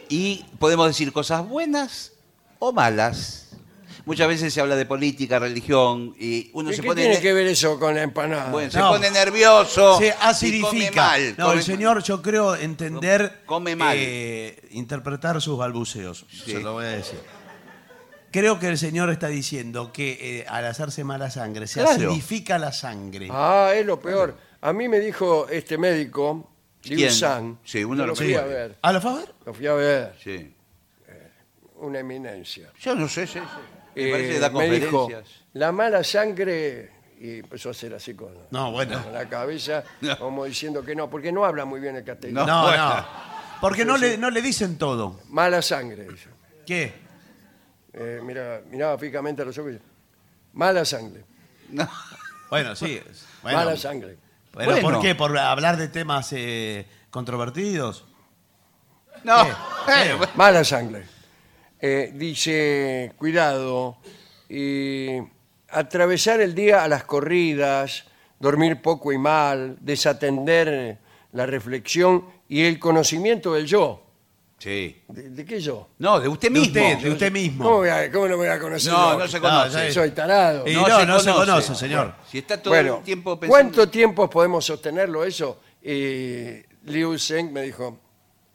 [SPEAKER 4] Y podemos decir cosas buenas o malas. Muchas veces se habla de política, religión, y uno
[SPEAKER 2] ¿Y
[SPEAKER 4] se
[SPEAKER 2] ¿Qué
[SPEAKER 4] pone,
[SPEAKER 2] tiene
[SPEAKER 4] ne-
[SPEAKER 2] que ver eso con la empanada?
[SPEAKER 4] bueno, se
[SPEAKER 3] No.
[SPEAKER 4] pone nervioso.
[SPEAKER 3] Se
[SPEAKER 4] y Oh, come
[SPEAKER 3] acidifica.
[SPEAKER 4] mal,
[SPEAKER 3] no,
[SPEAKER 4] come-
[SPEAKER 3] el señor, yo creo entender.
[SPEAKER 4] Come mal.
[SPEAKER 3] eh, interpretar sus balbuceos. Se lo voy a decir. Creo que el señor está diciendo que eh, al hacerse mala sangre, se
[SPEAKER 4] Claro.
[SPEAKER 3] acidifica la sangre.
[SPEAKER 2] Ah, es lo peor. A mí me dijo este médico, Liu
[SPEAKER 4] ¿Quién?
[SPEAKER 2] San.
[SPEAKER 4] Sí, uno
[SPEAKER 2] yo
[SPEAKER 4] lo
[SPEAKER 2] lo fui
[SPEAKER 4] puede.
[SPEAKER 2] a ver.
[SPEAKER 3] ¿A la favor?
[SPEAKER 2] Lo fui a ver.
[SPEAKER 4] Sí.
[SPEAKER 2] Una eminencia.
[SPEAKER 4] Yo no sé, sí, sí. Me
[SPEAKER 2] Eh,
[SPEAKER 4] parece que da
[SPEAKER 2] me dijo,
[SPEAKER 4] conferencias.
[SPEAKER 2] la mala sangre... Y empezó a hacer así con,
[SPEAKER 3] No, bueno.
[SPEAKER 2] con la cabeza, como diciendo que no, porque no habla muy bien el
[SPEAKER 3] No,
[SPEAKER 2] castellano.
[SPEAKER 3] no.
[SPEAKER 4] bueno.
[SPEAKER 3] Porque no le, no le dicen todo.
[SPEAKER 2] Mala sangre, dice.
[SPEAKER 3] ¿Qué?
[SPEAKER 2] Eh, mira, miraba fijamente a los ojos y dice, mala sangre,
[SPEAKER 3] Bueno, sí. es- bueno.
[SPEAKER 2] mala sangre.
[SPEAKER 3] Pero
[SPEAKER 4] Bueno.
[SPEAKER 3] ¿por qué? ¿Por hablar de temas eh, controvertidos?
[SPEAKER 4] No.
[SPEAKER 3] ¿Qué?
[SPEAKER 2] Mala sangre. Eh, dice, cuidado, y atravesar el día a las corridas, dormir poco y mal, desatender la reflexión y el conocimiento del yo.
[SPEAKER 4] Sí.
[SPEAKER 2] ¿De, de qué yo?
[SPEAKER 4] No, de usted
[SPEAKER 3] De
[SPEAKER 4] mismo.
[SPEAKER 3] usted, de usted mismo.
[SPEAKER 2] ¿Cómo, voy a- cómo no me voy a conocer?
[SPEAKER 4] No,
[SPEAKER 2] yo?
[SPEAKER 4] no se
[SPEAKER 3] No,
[SPEAKER 4] conoce.
[SPEAKER 3] ya-
[SPEAKER 2] Soy tarado.
[SPEAKER 3] Y no, no se conoce, señor.
[SPEAKER 4] Si está todo
[SPEAKER 2] bueno,
[SPEAKER 4] el tiempo pensando.
[SPEAKER 2] ¿cuánto tiempo podemos sostenerlo eso? Y Liu Zeng me dijo,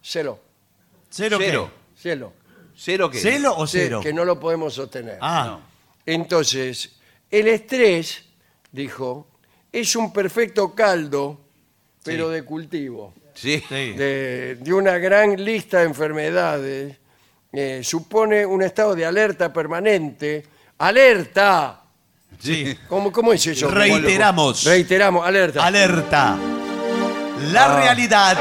[SPEAKER 2] celo,
[SPEAKER 3] ¿Cero,
[SPEAKER 4] Cero.
[SPEAKER 2] celo.
[SPEAKER 4] ¿Cero
[SPEAKER 3] qué?
[SPEAKER 4] qué?
[SPEAKER 3] ¿Celo o
[SPEAKER 2] Sí,
[SPEAKER 3] cero?
[SPEAKER 2] Que no lo podemos sostener.
[SPEAKER 3] Ah,
[SPEAKER 2] Entonces, el estrés, dijo, es un perfecto caldo, pero de cultivo,
[SPEAKER 4] Sí.
[SPEAKER 3] sí.
[SPEAKER 2] de, de una gran lista de enfermedades. Eh, supone un estado de alerta permanente. ¡Alerta!
[SPEAKER 3] Sí.
[SPEAKER 2] ¿Cómo, cómo es eso?
[SPEAKER 3] Reiteramos.
[SPEAKER 2] Reiteramos, alerta.
[SPEAKER 3] Alerta. La realidad.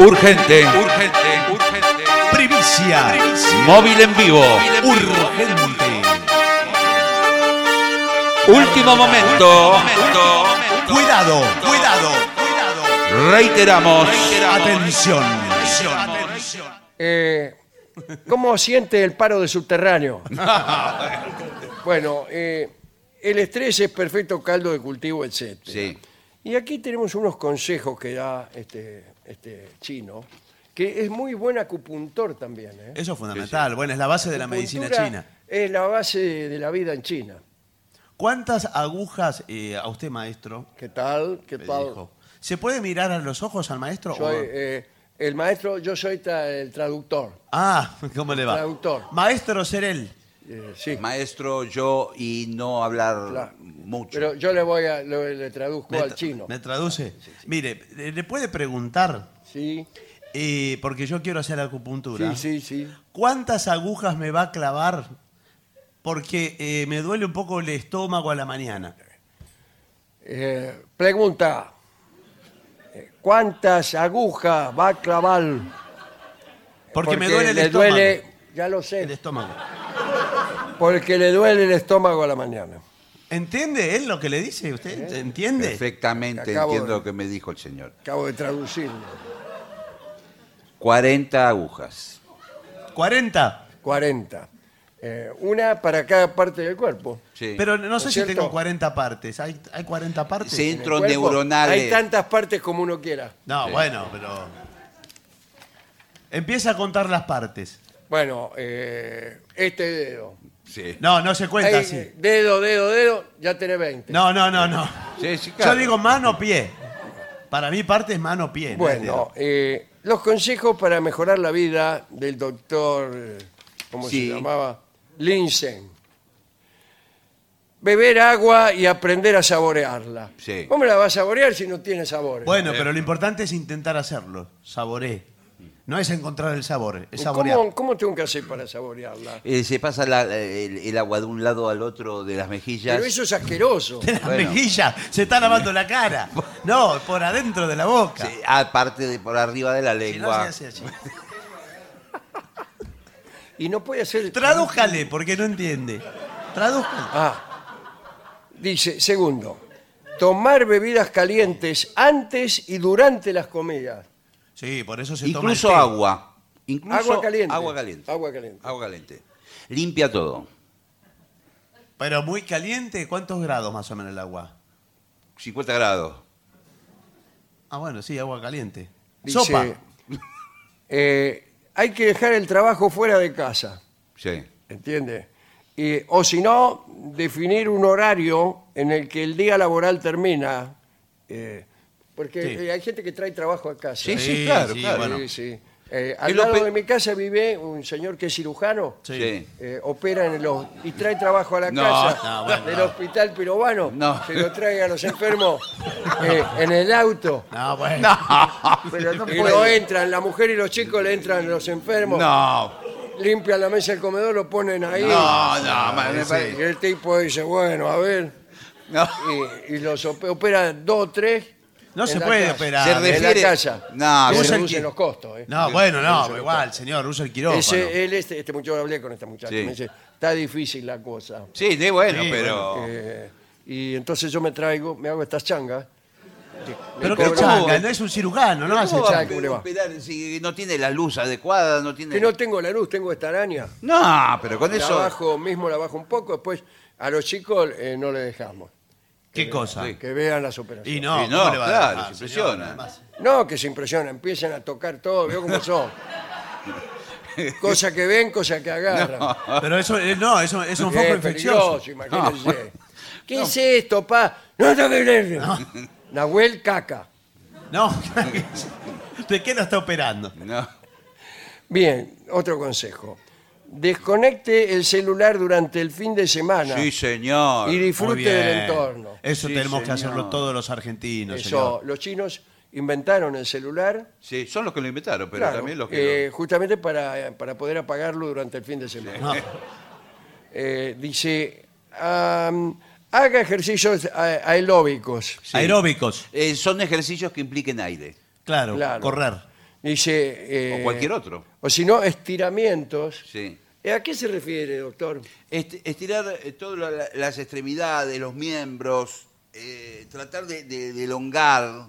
[SPEAKER 4] Urgente. Urgente. Urgente.
[SPEAKER 3] Primicia.
[SPEAKER 4] Móvil en vivo.
[SPEAKER 3] Urgente.
[SPEAKER 4] Último momento.
[SPEAKER 3] Cuidado. Cuidado. Cuidado.
[SPEAKER 4] Reiteramos.
[SPEAKER 3] Atención.
[SPEAKER 2] Eh, ¿Cómo siente el paro de subterráneo? bueno, eh, el estrés es perfecto caldo de cultivo, etc.
[SPEAKER 4] Sí.
[SPEAKER 2] Y aquí tenemos unos consejos que da este, este chino, que es muy buen acupuntor también. ¿eh?
[SPEAKER 3] Eso es fundamental. Bueno, es la base de la medicina
[SPEAKER 2] Acupuntura
[SPEAKER 3] china.
[SPEAKER 2] Es la base de la vida en China.
[SPEAKER 3] ¿Cuántas agujas eh, a usted, maestro?
[SPEAKER 2] ¿Qué tal? ¿Qué
[SPEAKER 3] le
[SPEAKER 2] tal?
[SPEAKER 3] dijo? ¿Se puede mirar a los ojos al maestro?
[SPEAKER 2] Soy,
[SPEAKER 3] O-
[SPEAKER 2] eh, el maestro, yo soy tra- el traductor.
[SPEAKER 3] Ah, ¿cómo le va?
[SPEAKER 2] Traductor.
[SPEAKER 3] Maestro Serel.
[SPEAKER 2] Eh, sí.
[SPEAKER 4] Maestro, yo y no hablar
[SPEAKER 2] Claro.
[SPEAKER 4] mucho.
[SPEAKER 2] Pero yo le voy a, le, le traduzco
[SPEAKER 3] Me
[SPEAKER 2] al
[SPEAKER 3] tra-
[SPEAKER 2] chino. Ah,
[SPEAKER 3] ¿Me traduce? Mire, eh, ¿le puede preguntar?
[SPEAKER 2] Sí,
[SPEAKER 3] Eh, porque yo quiero hacer acupuntura.
[SPEAKER 2] sí, sí, sí.
[SPEAKER 3] ¿Cuántas agujas me va a clavar? Porque eh, me duele un poco el estómago a la mañana.
[SPEAKER 2] Eh, pregunta. eh, ¿Cuántas agujas va a clavar?
[SPEAKER 3] Porque, me duele el
[SPEAKER 2] le
[SPEAKER 3] estómago.
[SPEAKER 2] duele, ya lo
[SPEAKER 3] El
[SPEAKER 2] sé,
[SPEAKER 3] estómago.
[SPEAKER 2] porque le duele el estómago a la mañana.
[SPEAKER 3] ¿Entiende él lo que le dice? ¿Usted entiende?
[SPEAKER 4] Perfectamente
[SPEAKER 2] Acabo
[SPEAKER 4] entiendo
[SPEAKER 2] de-
[SPEAKER 4] lo que me dijo el señor.
[SPEAKER 2] Acabo de traducirlo.
[SPEAKER 4] 40 agujas.
[SPEAKER 3] 40.
[SPEAKER 2] 40. Eh, una para cada parte del cuerpo.
[SPEAKER 4] Sí.
[SPEAKER 3] Pero no sé
[SPEAKER 2] ¿Es
[SPEAKER 3] si
[SPEAKER 2] cierto?
[SPEAKER 3] tengo 40 partes. ¿Hay, hay 40 partes?
[SPEAKER 4] Sí. Centros
[SPEAKER 2] En el cuerpo
[SPEAKER 4] neuronales.
[SPEAKER 2] Hay tantas partes como uno quiera.
[SPEAKER 3] No,
[SPEAKER 4] Sí.
[SPEAKER 3] bueno, pero... Empieza a contar las partes.
[SPEAKER 2] Bueno, eh, este dedo.
[SPEAKER 4] Sí.
[SPEAKER 3] No, no se cuenta
[SPEAKER 2] Ahí,
[SPEAKER 3] así.
[SPEAKER 2] Dedo, dedo, dedo, ya tiene 20.
[SPEAKER 3] No, no, no, no.
[SPEAKER 4] Sí, sí, claro.
[SPEAKER 3] Yo digo mano-pie. Para mí parte es mano-pie. no es dedo.
[SPEAKER 2] bueno, eh, los consejos para mejorar la vida del doctor, eh, ¿cómo
[SPEAKER 4] Sí.
[SPEAKER 2] se llamaba? Linsen. Beber agua y aprender a saborearla.
[SPEAKER 4] Sí.
[SPEAKER 2] ¿Cómo la vas a saborear si no tiene sabor?
[SPEAKER 4] Eh.
[SPEAKER 3] Bueno, pero lo importante es intentar hacerlo. Saboré. No es encontrar el sabor, es saborear.
[SPEAKER 2] ¿Cómo, ¿Cómo tengo que hacer para saborearla?
[SPEAKER 4] Eh, se pasa la- el, el agua de un lado al otro de las mejillas.
[SPEAKER 2] Pero eso es asqueroso.
[SPEAKER 3] De la
[SPEAKER 4] Bueno.
[SPEAKER 3] mejilla, se está lavando la cara. No, por adentro de la boca.
[SPEAKER 4] Sí, aparte ah, de por arriba de la
[SPEAKER 3] Si no, se
[SPEAKER 4] lengua.
[SPEAKER 3] hace así.
[SPEAKER 2] Y no puede ser.
[SPEAKER 3] Tradújale, porque no entiende. Tradújale.
[SPEAKER 2] Ah. Dice, segundo, tomar bebidas calientes antes y durante las comidas.
[SPEAKER 3] Sí, por eso se toma el
[SPEAKER 4] Incluso
[SPEAKER 3] té.
[SPEAKER 4] agua. Incluso
[SPEAKER 2] Agua caliente.
[SPEAKER 4] Agua caliente.
[SPEAKER 2] Agua caliente.
[SPEAKER 4] Agua caliente. Limpia todo.
[SPEAKER 3] Pero muy caliente, ¿cuántos grados más o menos el agua?
[SPEAKER 4] 50 grados.
[SPEAKER 3] Ah, bueno, sí, agua caliente.
[SPEAKER 2] Dice,
[SPEAKER 3] Sopa.
[SPEAKER 2] eh, hay que dejar el trabajo fuera de casa,
[SPEAKER 4] Sí.
[SPEAKER 2] ¿entiendes? o si no, definir un horario en el que el día laboral termina. eh, porque
[SPEAKER 3] Sí.
[SPEAKER 2] eh, hay gente que trae trabajo a casa.
[SPEAKER 4] Sí, sí,
[SPEAKER 3] Sí,
[SPEAKER 4] claro,
[SPEAKER 3] sí,
[SPEAKER 4] claro.
[SPEAKER 3] bueno.
[SPEAKER 2] Sí, sí. Eh, al
[SPEAKER 4] Y lo
[SPEAKER 2] lado
[SPEAKER 4] pe-
[SPEAKER 2] de mi casa vive un señor que es cirujano.
[SPEAKER 3] Sí.
[SPEAKER 4] Sí.
[SPEAKER 2] eh, opera en el ho- y trae trabajo a la
[SPEAKER 4] No,
[SPEAKER 2] casa
[SPEAKER 3] no, bueno,
[SPEAKER 2] del
[SPEAKER 3] no.
[SPEAKER 2] hospital pirobano,
[SPEAKER 4] No.
[SPEAKER 2] se lo trae a los enfermos eh, en el auto,
[SPEAKER 3] No, bueno.
[SPEAKER 2] pero lo entran, la mujer y los chicos le entran los enfermos,
[SPEAKER 4] No,
[SPEAKER 2] limpian la mesa del comedor, lo ponen ahí,
[SPEAKER 4] no, no, ma- me
[SPEAKER 3] sí.
[SPEAKER 4] parece-
[SPEAKER 2] y el tipo dice, bueno, a ver,
[SPEAKER 4] no.
[SPEAKER 2] y, y los op- operan dos o tres.
[SPEAKER 3] No
[SPEAKER 2] en
[SPEAKER 3] se
[SPEAKER 2] la
[SPEAKER 3] puede
[SPEAKER 2] casa.
[SPEAKER 3] operar.
[SPEAKER 4] Se
[SPEAKER 3] en la
[SPEAKER 4] refiere.
[SPEAKER 2] casa.
[SPEAKER 4] No,
[SPEAKER 2] Que
[SPEAKER 4] pero-
[SPEAKER 2] se
[SPEAKER 3] Usa el
[SPEAKER 2] reducen
[SPEAKER 3] qui-
[SPEAKER 2] los costos. eh.
[SPEAKER 3] No, bueno,
[SPEAKER 2] Usa
[SPEAKER 3] no,
[SPEAKER 2] los
[SPEAKER 3] igual, señor, usa el quirófano.
[SPEAKER 2] Ese, él, este, este muchacho hablé con esta muchacha.
[SPEAKER 4] Sí.
[SPEAKER 2] Me dice, está difícil la cosa.
[SPEAKER 4] Sí, de bueno,
[SPEAKER 3] Sí,
[SPEAKER 4] pero.
[SPEAKER 2] Eh, y entonces yo me traigo, me hago estas changas. Le-
[SPEAKER 3] Pero
[SPEAKER 2] le
[SPEAKER 3] qué
[SPEAKER 2] cobro-
[SPEAKER 3] changa, no es un cirujano, no hace
[SPEAKER 4] ¿Cómo va a
[SPEAKER 3] changa.
[SPEAKER 2] Chaco, le va.
[SPEAKER 4] operar si no tiene la luz adecuada? No tiene.
[SPEAKER 2] Que no tengo la luz, tengo esta araña.
[SPEAKER 4] No, pero con
[SPEAKER 2] La
[SPEAKER 4] eso.
[SPEAKER 2] bajo mismo, la bajo un poco, después a los chicos eh, no le dejamos.
[SPEAKER 3] ¿Qué cosa?
[SPEAKER 4] Sí.
[SPEAKER 2] Que vean las
[SPEAKER 3] Y
[SPEAKER 2] operaciones.
[SPEAKER 3] no,
[SPEAKER 4] Y no,
[SPEAKER 3] ¿cómo le va a
[SPEAKER 4] claro,
[SPEAKER 3] dejar,
[SPEAKER 4] se
[SPEAKER 3] señor?
[SPEAKER 4] impresiona.
[SPEAKER 3] Además,
[SPEAKER 2] No, que se impresionan, empiezan a tocar todo, veo cómo son. cosa que ven, cosa que agarran.
[SPEAKER 3] Pero eso eh, no, eso es un
[SPEAKER 2] Es
[SPEAKER 3] foco
[SPEAKER 2] peligroso,
[SPEAKER 3] infeccioso.
[SPEAKER 2] imagínense. ¿Qué es esto, pa? No, no, no, no, no. Nahuel Caca.
[SPEAKER 3] No, ¿de qué lo está operando?
[SPEAKER 4] No.
[SPEAKER 2] Bien, otro consejo. Desconecte el celular durante el fin de semana
[SPEAKER 4] Sí, señor.
[SPEAKER 2] y
[SPEAKER 3] Muy
[SPEAKER 2] disfrute
[SPEAKER 3] bien.
[SPEAKER 2] del entorno.
[SPEAKER 3] Eso
[SPEAKER 4] Sí,
[SPEAKER 3] tenemos que
[SPEAKER 4] señor.
[SPEAKER 3] hacerlo todos los argentinos,
[SPEAKER 2] Eso,
[SPEAKER 3] señor.
[SPEAKER 2] los chinos inventaron el celular
[SPEAKER 4] Sí, son los que lo inventaron, pero
[SPEAKER 2] claro,
[SPEAKER 4] también los que.
[SPEAKER 2] eh, justamente para, para poder apagarlo durante el fin de semana. Ah.
[SPEAKER 3] No,
[SPEAKER 2] Eh, dice, am, haga ejercicios a- aeróbicos.
[SPEAKER 3] Aeróbicos,
[SPEAKER 4] no. Eh, son ejercicios que impliquen aire.
[SPEAKER 3] claro,
[SPEAKER 2] Claro.
[SPEAKER 3] correr.
[SPEAKER 2] Dice, eh,
[SPEAKER 4] O cualquier otro.
[SPEAKER 2] O si no, estiramientos. Eh,
[SPEAKER 4] Sí.
[SPEAKER 2] ¿A qué se refiere, doctor?
[SPEAKER 4] Est- estirar eh, todas la- la- las extremidades, los miembros, eh, tratar de, de- de elongar.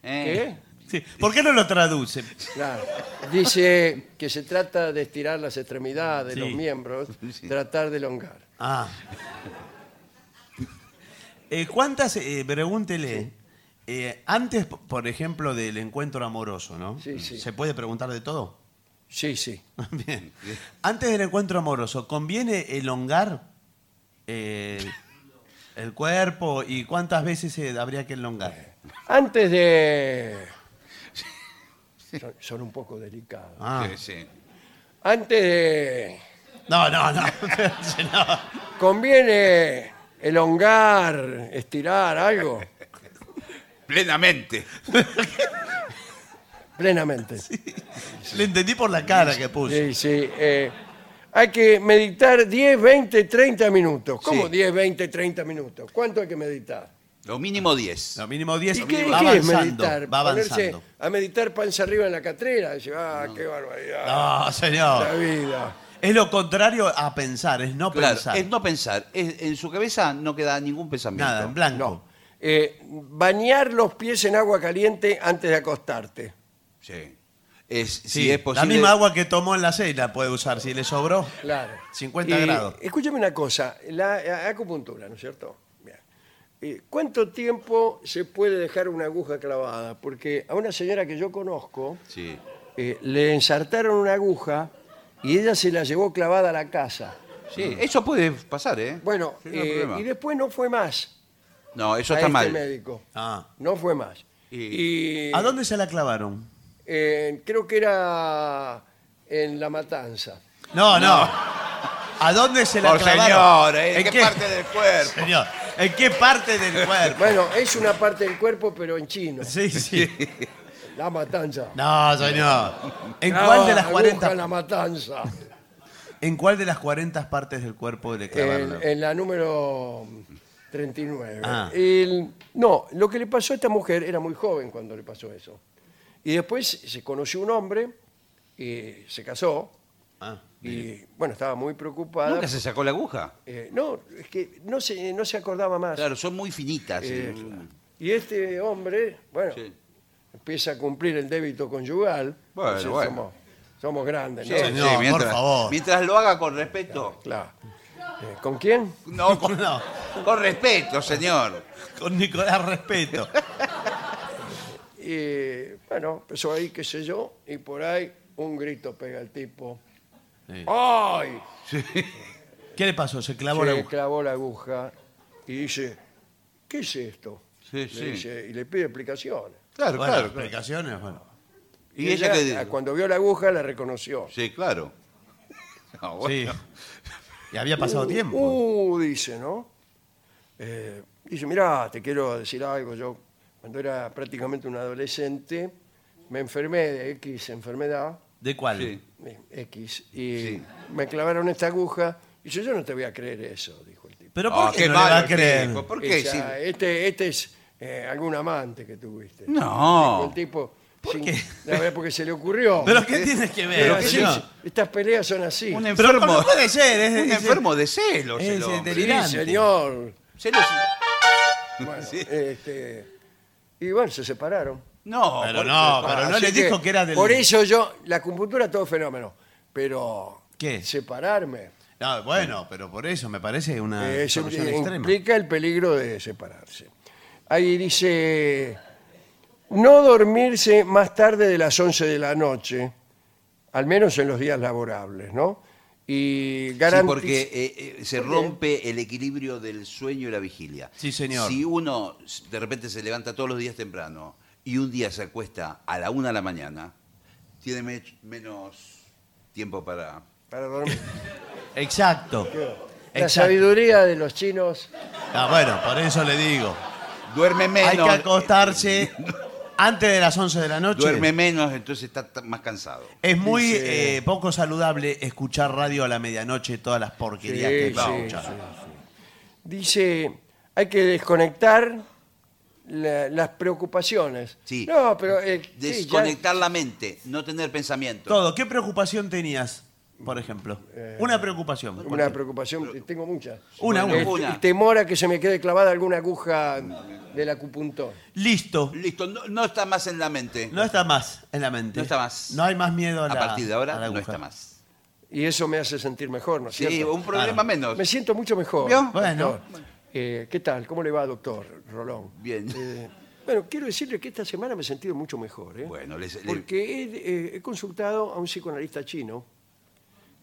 [SPEAKER 2] ¿Qué?
[SPEAKER 4] eh.
[SPEAKER 3] Sí, ¿Por qué no lo traduce?
[SPEAKER 2] Claro. Dice que se trata de estirar las extremidades,
[SPEAKER 3] Sí.
[SPEAKER 2] los miembros,
[SPEAKER 4] Sí.
[SPEAKER 2] tratar de elongar.
[SPEAKER 3] Ah. Eh, ¿Cuántas, eh, pregúntele, eh, antes, p- por ejemplo, del encuentro amoroso, ¿no?
[SPEAKER 2] Sí, sí.
[SPEAKER 3] ¿Se puede preguntar de todo?
[SPEAKER 2] Sí, sí.
[SPEAKER 3] Bien. Antes del encuentro amoroso, ¿conviene elongar eh, el cuerpo y cuántas veces eh, habría que elongar?
[SPEAKER 2] Antes de... Son, son un poco delicados.
[SPEAKER 3] Ah,
[SPEAKER 4] Sí, sí.
[SPEAKER 2] Antes de
[SPEAKER 3] No, no, no. No.
[SPEAKER 2] Conviene elongar, estirar algo
[SPEAKER 4] Plenamente.
[SPEAKER 2] plenamente. Sí,
[SPEAKER 3] Le entendí por la cara que puso.
[SPEAKER 2] sí, eh, hay que meditar 10, 20, 30 minutos. ¿Cómo
[SPEAKER 4] Sí.
[SPEAKER 2] 10, 20, 30 minutos? ¿Cuánto hay que meditar?
[SPEAKER 4] Lo mínimo 10.
[SPEAKER 3] No, mínimo 10
[SPEAKER 2] ¿Y qué,
[SPEAKER 3] va
[SPEAKER 2] qué es
[SPEAKER 3] avanzando.
[SPEAKER 2] meditar?
[SPEAKER 3] Va
[SPEAKER 2] Ponerse
[SPEAKER 3] avanzando.
[SPEAKER 2] a meditar panza arriba en la catrera. Dice, ah, qué barbaridad.
[SPEAKER 3] No,
[SPEAKER 2] La
[SPEAKER 3] señor.
[SPEAKER 2] vida.
[SPEAKER 3] Es lo contrario a pensar, es no
[SPEAKER 4] Claro,
[SPEAKER 3] pensar.
[SPEAKER 4] es no pensar. Es- en su cabeza no queda ningún pensamiento.
[SPEAKER 3] Nada, en blanco.
[SPEAKER 2] No. Eh, bañar los pies en agua caliente antes de acostarte.
[SPEAKER 4] Sí. Es,
[SPEAKER 3] Sí,
[SPEAKER 4] si es posible.
[SPEAKER 3] La misma agua que tomó en la cena puede usar si le sobró.
[SPEAKER 2] Claro.
[SPEAKER 3] 50
[SPEAKER 2] Y,
[SPEAKER 3] grados.
[SPEAKER 2] Escúchame una cosa, la eh, acupuntura, ¿no es cierto? Bien. Eh, ¿Cuánto tiempo se puede dejar una aguja clavada? Porque a una señora que yo conozco
[SPEAKER 4] Sí.
[SPEAKER 2] eh, le ensartaron una aguja y ella se la llevó clavada a la casa.
[SPEAKER 4] Sí, eso puede pasar, ¿eh?
[SPEAKER 2] Bueno,
[SPEAKER 4] Sí, no
[SPEAKER 2] eh,
[SPEAKER 4] hay problema.
[SPEAKER 2] y después no fue más
[SPEAKER 4] No, eso
[SPEAKER 2] a
[SPEAKER 4] está
[SPEAKER 2] este
[SPEAKER 4] mal.
[SPEAKER 2] médico.
[SPEAKER 3] Ah.
[SPEAKER 2] No fue más. Y,
[SPEAKER 3] ¿A dónde se la clavaron?
[SPEAKER 2] eh, creo que era en La Matanza.
[SPEAKER 3] No, no. ¿A dónde se la
[SPEAKER 4] Por
[SPEAKER 3] clavaron?
[SPEAKER 4] señor, ¿eh? ¿En qué parte del cuerpo?
[SPEAKER 3] Señor, ¿en qué parte del cuerpo?
[SPEAKER 2] Bueno, es una parte del cuerpo, pero en chino.
[SPEAKER 3] Sí, sí.
[SPEAKER 2] La Matanza.
[SPEAKER 3] No, señor. ¿En cuál de las
[SPEAKER 2] Ah,
[SPEAKER 3] 40
[SPEAKER 2] aguja en la matanza.
[SPEAKER 3] ¿En cuál de las 40 partes del cuerpo le clavaron?
[SPEAKER 2] en, en la número 39.
[SPEAKER 3] Ah.
[SPEAKER 2] El- no, lo que le pasó a esta mujer era muy joven cuando le pasó eso. Y después se conoció un hombre y se casó.
[SPEAKER 3] Ah,
[SPEAKER 2] Y bueno, estaba muy preocupada.
[SPEAKER 4] ¿Nunca se sacó la aguja?
[SPEAKER 2] Eh, no, es que no se, no se acordaba más.
[SPEAKER 4] Claro, son muy finitas.
[SPEAKER 2] Eh,
[SPEAKER 4] eh.
[SPEAKER 2] y este hombre, bueno,
[SPEAKER 4] Sí.
[SPEAKER 2] empieza a cumplir el débito conyugal.
[SPEAKER 4] Bueno,
[SPEAKER 2] Entonces,
[SPEAKER 4] bueno.
[SPEAKER 2] Somos, somos grandes,
[SPEAKER 4] Sí,
[SPEAKER 2] ¿no?
[SPEAKER 3] señor, por favor.
[SPEAKER 4] Mientras lo haga con respeto.
[SPEAKER 2] Claro. Eh, ¿Con quién?
[SPEAKER 4] No,
[SPEAKER 3] con-
[SPEAKER 4] con,
[SPEAKER 3] no,
[SPEAKER 4] con respeto, señor.
[SPEAKER 3] con Nicolás respeto.
[SPEAKER 2] Y bueno, empezó ahí, qué sé yo, y por ahí un grito pega el tipo.
[SPEAKER 3] Sí.
[SPEAKER 2] ¡Ay!
[SPEAKER 3] ¿Qué le pasó? Se clavó
[SPEAKER 2] Se
[SPEAKER 3] la aguja.
[SPEAKER 2] clavó la aguja y dice, ¿qué es esto?
[SPEAKER 4] Sí,
[SPEAKER 2] Le
[SPEAKER 4] sí.
[SPEAKER 2] dice, y le pide explicaciones.
[SPEAKER 4] Claro,
[SPEAKER 3] Bueno,
[SPEAKER 4] claro. claro.
[SPEAKER 3] explicaciones, bueno.
[SPEAKER 4] ¿Y ella qué dijo?
[SPEAKER 2] Cuando vio la aguja la reconoció.
[SPEAKER 4] Sí, claro. No,
[SPEAKER 3] Sí.
[SPEAKER 4] bueno.
[SPEAKER 3] Y había pasado tiempo.
[SPEAKER 2] Uh, dice, ¿no? Eh, dice, mirá, te quiero decir algo. Yo, cuando era prácticamente un adolescente, me enfermé de X enfermedad.
[SPEAKER 3] ¿De cuál?
[SPEAKER 4] Sí.
[SPEAKER 2] Eh, X, y
[SPEAKER 4] Sí.
[SPEAKER 2] me clavaron esta aguja. Y yo, yo no te voy a creer eso, dijo el tipo.
[SPEAKER 3] Pero ¿por
[SPEAKER 4] Ah,
[SPEAKER 3] qué, no le
[SPEAKER 4] malo
[SPEAKER 3] va a
[SPEAKER 4] el
[SPEAKER 3] creer?
[SPEAKER 4] tipo, ¿Por
[SPEAKER 2] O
[SPEAKER 4] qué? Sí.
[SPEAKER 2] sea, este, este es eh, algún amante que tuviste. Dijo
[SPEAKER 4] No.
[SPEAKER 2] El tipo, sin-
[SPEAKER 3] qué?
[SPEAKER 2] la verdad, porque se le ocurrió.
[SPEAKER 3] ¿Pero qué tiene que ver?
[SPEAKER 2] Pero
[SPEAKER 4] qué
[SPEAKER 2] así
[SPEAKER 3] señor?
[SPEAKER 2] es, estas peleas son así.
[SPEAKER 4] Un
[SPEAKER 3] Pero ¿cómo
[SPEAKER 4] enfermo.
[SPEAKER 3] puede ser? Es,
[SPEAKER 4] Un
[SPEAKER 3] es-
[SPEAKER 4] enfermo de celos.
[SPEAKER 3] es
[SPEAKER 4] el hombre.
[SPEAKER 2] Sí,
[SPEAKER 3] delirante.
[SPEAKER 2] señor.
[SPEAKER 4] Celos.
[SPEAKER 2] Bueno,
[SPEAKER 4] Sí.
[SPEAKER 2] este, y bueno, se separaron.
[SPEAKER 4] No,
[SPEAKER 3] Pero
[SPEAKER 4] por-
[SPEAKER 3] no, pero no
[SPEAKER 2] Así
[SPEAKER 3] le dijo que era del...
[SPEAKER 2] Por eso yo, la acupuntura todo fenómeno. Pero
[SPEAKER 3] ¿Qué?
[SPEAKER 2] separarme
[SPEAKER 3] No, bueno, pero por eso me parece
[SPEAKER 4] Ah,
[SPEAKER 3] una
[SPEAKER 2] eh, eso
[SPEAKER 3] solución
[SPEAKER 2] eh,
[SPEAKER 3] extrema.
[SPEAKER 2] implica el peligro de separarse. Ahí dice, no dormirse más tarde de las 11 de la noche, al menos en los días laborables, ¿no? Y
[SPEAKER 4] Sí,
[SPEAKER 2] garantiz-
[SPEAKER 4] porque eh, eh, se rompe el equilibrio del sueño y la vigilia.
[SPEAKER 3] Sí, señor.
[SPEAKER 4] Si uno s- de repente se levanta todos los días temprano y un día se acuesta a la una de la mañana, tiene me- menos tiempo para...
[SPEAKER 2] para dormir.
[SPEAKER 3] Exacto.
[SPEAKER 2] La
[SPEAKER 3] Exacto.
[SPEAKER 2] sabiduría de los chinos
[SPEAKER 3] Ah, bueno, por eso le digo.
[SPEAKER 4] Duerme
[SPEAKER 5] Eh,
[SPEAKER 3] Hay
[SPEAKER 4] menos.
[SPEAKER 3] que acostarse antes de las 11 de la noche.
[SPEAKER 4] Duerme menos, entonces está t- más cansado.
[SPEAKER 3] Es muy
[SPEAKER 2] Dice-
[SPEAKER 3] eh, poco saludable escuchar radio a la medianoche todas las porquerías
[SPEAKER 2] Sí,
[SPEAKER 3] que va
[SPEAKER 2] sí,
[SPEAKER 3] a escuchar.
[SPEAKER 2] dice, hay que desconectar la- las preocupaciones.
[SPEAKER 4] Sí.
[SPEAKER 2] No, pero... eh, sí, ya-
[SPEAKER 4] Desconectar la mente, no tener pensamiento.
[SPEAKER 3] Todo. ¿Qué preocupación tenías, por ejemplo? una preocupación. por
[SPEAKER 2] Una
[SPEAKER 3] ejemplo.
[SPEAKER 2] preocupación, tengo muchas.
[SPEAKER 3] Una,
[SPEAKER 4] Bueno,
[SPEAKER 3] una.
[SPEAKER 4] una.
[SPEAKER 2] El temor a que se me quede clavada alguna aguja del acupuntor.
[SPEAKER 3] Listo.
[SPEAKER 4] Listo, no, no está más en la mente.
[SPEAKER 3] No está más en la mente.
[SPEAKER 4] No está más.
[SPEAKER 3] No hay más miedo a
[SPEAKER 4] a
[SPEAKER 3] la
[SPEAKER 4] partir de
[SPEAKER 3] a
[SPEAKER 4] ahora
[SPEAKER 3] la
[SPEAKER 4] no
[SPEAKER 3] aguja.
[SPEAKER 4] está más.
[SPEAKER 2] Y eso me hace sentir mejor, ¿no es
[SPEAKER 4] Sí, uh,
[SPEAKER 2] cierto?
[SPEAKER 4] un problema
[SPEAKER 3] Claro.
[SPEAKER 4] menos.
[SPEAKER 2] Me siento mucho mejor.
[SPEAKER 4] ¿Vio?
[SPEAKER 2] doctor.
[SPEAKER 3] Bueno.
[SPEAKER 2] Eh, ¿Qué tal? ¿Cómo le va, doctor Rolón?
[SPEAKER 4] Bien.
[SPEAKER 2] Eh, bueno, quiero decirle que esta semana me he sentido mucho mejor. ¿eh?
[SPEAKER 4] Bueno, les- les-
[SPEAKER 2] Porque he, eh, he consultado a un psicoanalista chino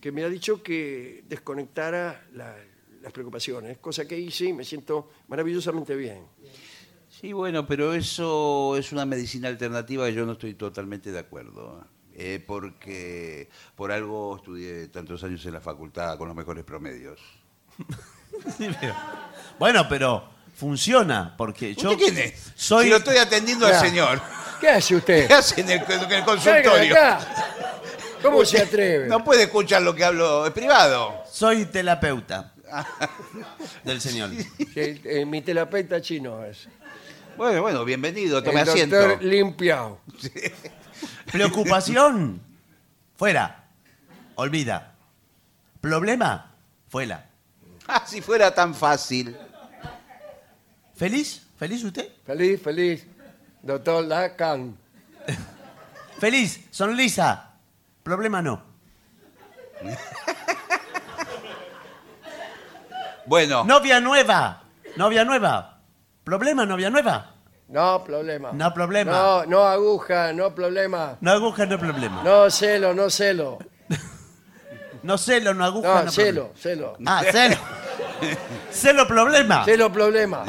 [SPEAKER 2] que me ha dicho que desconectara la- las preocupaciones, cosa que hice y me siento maravillosamente bien.
[SPEAKER 4] Sí, bueno, pero eso es una medicina alternativa que yo no estoy totalmente de acuerdo. eh, porque por algo estudié tantos años en la facultad con los mejores promedios.
[SPEAKER 3] Sí, pero- Bueno, pero funciona, porque yo...
[SPEAKER 4] ¿Usted quién es?
[SPEAKER 3] Soy...
[SPEAKER 4] Si lo estoy atendiendo
[SPEAKER 2] Claro.
[SPEAKER 4] al señor.
[SPEAKER 2] ¿Qué hace usted?
[SPEAKER 4] ¿Qué hace en el, en el
[SPEAKER 2] Salga de
[SPEAKER 4] consultorio?
[SPEAKER 2] acá. ¿Cómo se atreve?
[SPEAKER 4] No puede escuchar lo que hablo, es privado.
[SPEAKER 3] Soy terapeuta del señor.
[SPEAKER 2] Sí, eh, mi terapeuta chino es.
[SPEAKER 4] Bueno, bueno, bienvenido, tome
[SPEAKER 2] el
[SPEAKER 4] asiento.
[SPEAKER 2] doctor Limpiao.
[SPEAKER 3] Preocupación, fuera. Olvida. Problema, fuera.
[SPEAKER 4] Ah, si fuera tan fácil.
[SPEAKER 3] ¿Feliz? ¿Feliz usted?
[SPEAKER 2] Feliz, feliz. Doctor Lacan.
[SPEAKER 3] Feliz, sonrisa. Problema no.
[SPEAKER 4] Bueno,
[SPEAKER 3] Novia nueva. Novia nueva. Problema, novia nueva.
[SPEAKER 2] No problema.
[SPEAKER 3] No problema.
[SPEAKER 2] No, no aguja, no problema.
[SPEAKER 3] No aguja, no problema.
[SPEAKER 2] No celo, no celo.
[SPEAKER 3] No celo, no aguja,
[SPEAKER 2] No,
[SPEAKER 3] no
[SPEAKER 2] celo, celo.
[SPEAKER 3] problema. Ah, celo. celo problema.
[SPEAKER 2] Celo problema.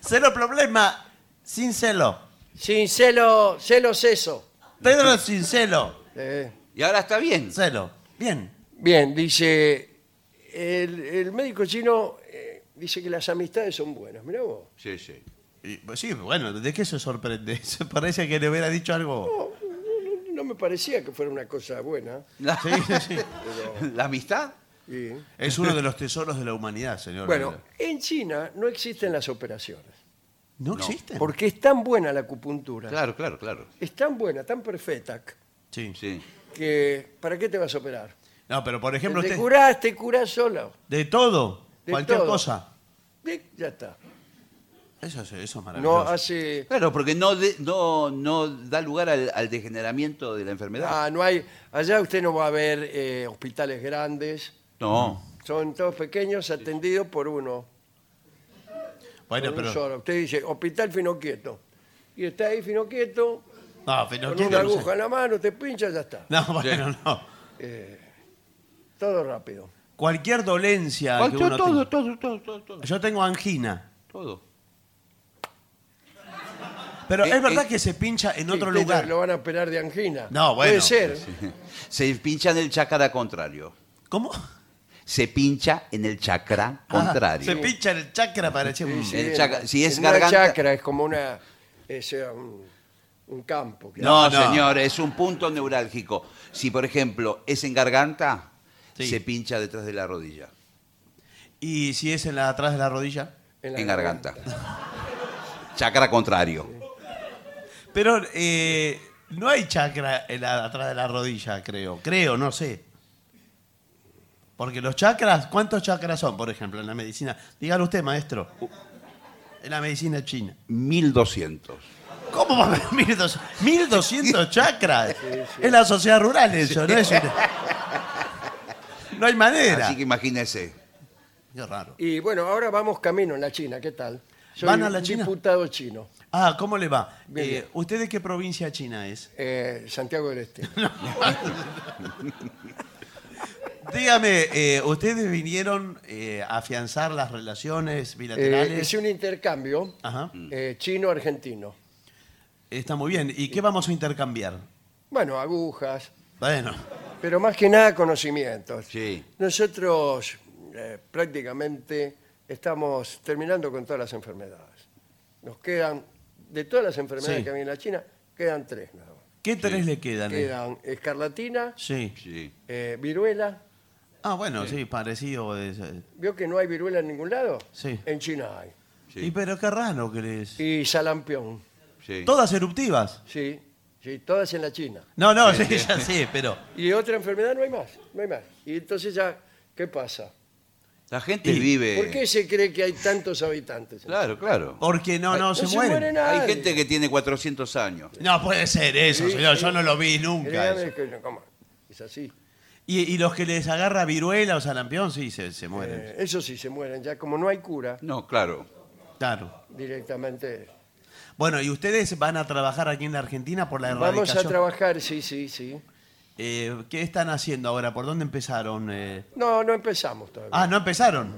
[SPEAKER 3] Celo problema. Sin celo.
[SPEAKER 2] Sin celo, celo ceso.
[SPEAKER 3] Pedro sin celo.
[SPEAKER 2] Eh,
[SPEAKER 4] y ahora está bien.
[SPEAKER 3] Celo. Bien.
[SPEAKER 2] bien, dice, el, el médico chino eh, dice que las amistades son buenas. Mirá vos.
[SPEAKER 4] Sí, sí.
[SPEAKER 3] Y, pues, sí, bueno, ¿de qué se sorprende? Se parece que le hubiera dicho algo.
[SPEAKER 2] No me parecía que fuera una cosa buena.
[SPEAKER 4] La,
[SPEAKER 3] Sí, sí.
[SPEAKER 4] ¿La amistad?
[SPEAKER 2] Y-
[SPEAKER 3] Es uno de los tesoros de la humanidad, señor.
[SPEAKER 2] Bueno, en China no existen las operaciones.
[SPEAKER 3] no existe.
[SPEAKER 2] Porque es tan buena la acupuntura.
[SPEAKER 4] Claro, claro, claro.
[SPEAKER 2] Es tan buena, tan perfecta,
[SPEAKER 3] Sí.
[SPEAKER 4] Sí.
[SPEAKER 2] que ¿para qué te vas a operar?
[SPEAKER 3] No, pero por ejemplo,
[SPEAKER 2] te
[SPEAKER 3] usted.
[SPEAKER 2] curás, te curás solo.
[SPEAKER 3] De todo.
[SPEAKER 2] De
[SPEAKER 3] cualquier
[SPEAKER 2] todo.
[SPEAKER 3] cosa.
[SPEAKER 2] Tic, Ya está.
[SPEAKER 3] Eso, es- eso es
[SPEAKER 2] No
[SPEAKER 3] maravilloso.
[SPEAKER 2] hace.
[SPEAKER 4] Claro, porque no, de- no, no da lugar al, al degeneramiento de la enfermedad.
[SPEAKER 2] Ah, no hay. Allá usted no va a ver eh, hospitales grandes.
[SPEAKER 4] No.
[SPEAKER 2] Son todos pequeños atendidos por uno.
[SPEAKER 3] bueno,
[SPEAKER 2] por un
[SPEAKER 3] pero.
[SPEAKER 2] solo. Usted dice, hospital Finoquieto. Y está ahí Finoquieto,
[SPEAKER 3] No, pero
[SPEAKER 2] con
[SPEAKER 3] ¿qué
[SPEAKER 2] una
[SPEAKER 3] no sé?
[SPEAKER 2] aguja en la mano, te pincha, ya está.
[SPEAKER 3] No, bueno, no.
[SPEAKER 2] Todo rápido.
[SPEAKER 3] Cualquier dolencia
[SPEAKER 2] Ah,
[SPEAKER 3] que
[SPEAKER 4] Cualquier-
[SPEAKER 3] uno
[SPEAKER 4] todo,
[SPEAKER 3] tenga.
[SPEAKER 4] todo, todo, todo, todo,
[SPEAKER 3] Yo tengo angina.
[SPEAKER 4] todo.
[SPEAKER 3] Pero
[SPEAKER 4] Eh,
[SPEAKER 3] es verdad
[SPEAKER 4] eh.
[SPEAKER 3] que se pincha en
[SPEAKER 2] Sí,
[SPEAKER 3] otro
[SPEAKER 2] usted
[SPEAKER 3] lugar.
[SPEAKER 2] Lo van a operar de angina.
[SPEAKER 3] No, bueno.
[SPEAKER 2] Puede ser.
[SPEAKER 3] Ah.
[SPEAKER 4] Se pincha en el chakra contrario.
[SPEAKER 3] ¿Cómo?
[SPEAKER 4] Se pincha en el chakra
[SPEAKER 3] Ah,
[SPEAKER 4] contrario.
[SPEAKER 3] se pincha el chakra para decir,
[SPEAKER 4] sí. El chakra- si es
[SPEAKER 2] en una
[SPEAKER 4] garganta-
[SPEAKER 2] chacra, es como una. Es eh, un, un campo. que-
[SPEAKER 4] No,
[SPEAKER 3] No, no.
[SPEAKER 4] señor, es un punto neurálgico. Si, por ejemplo, es en garganta,
[SPEAKER 3] Sí.
[SPEAKER 4] se pincha detrás de la rodilla.
[SPEAKER 3] ¿Y si es en la, atrás de la rodilla?
[SPEAKER 2] la
[SPEAKER 4] en garganta. Chakra contrario.
[SPEAKER 3] Pero eh, no hay chakra en la- atrás de la rodilla, creo. Creo, no sé. Porque los chakras, ¿cuántos chakras son, por ejemplo, en la medicina? Dígalo usted, maestro. En la medicina china.
[SPEAKER 4] 1200.
[SPEAKER 3] ¿Cómo va a haber 1200, 1200 chakras? Es la sociedad rural eso, no es una- No hay manera.
[SPEAKER 4] Así que imagínese.
[SPEAKER 3] Qué raro.
[SPEAKER 2] Y bueno, ahora vamos camino en la China, ¿qué tal? Soy
[SPEAKER 3] ¿Van a
[SPEAKER 2] un
[SPEAKER 3] la China?
[SPEAKER 2] diputado chino,
[SPEAKER 3] Ah, ¿cómo le va?
[SPEAKER 2] Bien,
[SPEAKER 3] Eh,
[SPEAKER 2] bien.
[SPEAKER 3] ¿Usted de qué provincia china es?
[SPEAKER 2] eh, Santiago del Este.
[SPEAKER 3] Dígame, eh, ¿ustedes vinieron eh, a afianzar las relaciones bilaterales?
[SPEAKER 2] Eh, hice un intercambio
[SPEAKER 3] Ajá.
[SPEAKER 2] eh, chino-argentino.
[SPEAKER 3] Está muy bien. ¿Y qué vamos a intercambiar?
[SPEAKER 2] Bueno, agujas,
[SPEAKER 3] Bueno,
[SPEAKER 2] pero más que nada conocimientos.
[SPEAKER 4] Sí.
[SPEAKER 2] Nosotros eh, prácticamente estamos terminando con todas las enfermedades. Nos quedan, de todas las enfermedades
[SPEAKER 3] Sí.
[SPEAKER 2] que hay en la China, quedan tres nada más.
[SPEAKER 3] ¿qué tres le quedan? eh?
[SPEAKER 2] Quedan escarlatina,
[SPEAKER 3] Sí.
[SPEAKER 4] Sí.
[SPEAKER 2] eh, viruela.
[SPEAKER 3] Ah, bueno, sí, parecido. es, eh,
[SPEAKER 2] ¿Vio que no hay viruela en ningún lado?
[SPEAKER 3] Sí.
[SPEAKER 2] En China hay.
[SPEAKER 4] Sí.
[SPEAKER 3] Y pero qué raro que les...
[SPEAKER 2] Y salampión.
[SPEAKER 4] sí.
[SPEAKER 3] Todas eruptivas.
[SPEAKER 2] Sí, sí, todas en la China.
[SPEAKER 3] No, no, sí, ya sí, pero...
[SPEAKER 2] Y otra enfermedad no hay más, no hay más. Y entonces ya, ¿qué pasa?
[SPEAKER 4] La gente
[SPEAKER 3] ¿Y
[SPEAKER 4] vive.
[SPEAKER 2] ¿Por qué se cree que hay tantos habitantes?
[SPEAKER 4] Claro, claro.
[SPEAKER 3] Porque no, no,
[SPEAKER 2] no
[SPEAKER 3] se,
[SPEAKER 2] se
[SPEAKER 3] mueren.
[SPEAKER 2] muere nadie.
[SPEAKER 4] Hay gente que tiene 400 años.
[SPEAKER 3] No puede ser eso,
[SPEAKER 2] Sí,
[SPEAKER 3] señor.
[SPEAKER 2] sí.
[SPEAKER 3] Yo no lo vi nunca.
[SPEAKER 2] Créame
[SPEAKER 3] eso.
[SPEAKER 2] que no, ¿cómo? Es así.
[SPEAKER 3] Y, y los que les agarra viruela o salampión, sí, se, se mueren.
[SPEAKER 2] Eh, eso sí se mueren, ya como no hay cura,
[SPEAKER 4] No, claro.
[SPEAKER 3] Claro.
[SPEAKER 2] directamente.
[SPEAKER 3] Bueno, ¿y ustedes van a trabajar aquí en la Argentina por la erradicación?
[SPEAKER 2] Vamos a trabajar, sí, sí, sí.
[SPEAKER 3] Eh, ¿Qué están haciendo ahora? ¿Por dónde empezaron? eh?
[SPEAKER 2] No, no empezamos todavía.
[SPEAKER 3] Ah, no empezaron.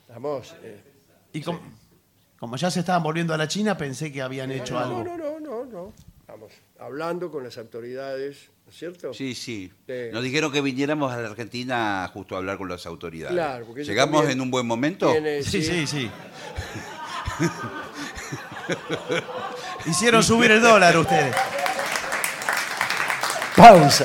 [SPEAKER 2] Estamos, eh,
[SPEAKER 3] Y com- como ya se estaban volviendo a la China, pensé que habían hecho
[SPEAKER 2] no,
[SPEAKER 3] algo.
[SPEAKER 2] no, no, no, no. Estamos estábamos hablando con las autoridades, ¿no es cierto?
[SPEAKER 4] Sí, sí.
[SPEAKER 2] Sí.
[SPEAKER 4] Nos dijeron que viniéramos a la Argentina justo a hablar con las autoridades.
[SPEAKER 2] Claro, porque ellos
[SPEAKER 4] ¿Llegamos
[SPEAKER 2] también
[SPEAKER 4] en un buen momento?
[SPEAKER 2] Tiene-
[SPEAKER 3] Sí, sí, sí. Hicieron subir el dólar ustedes.
[SPEAKER 2] Pausa.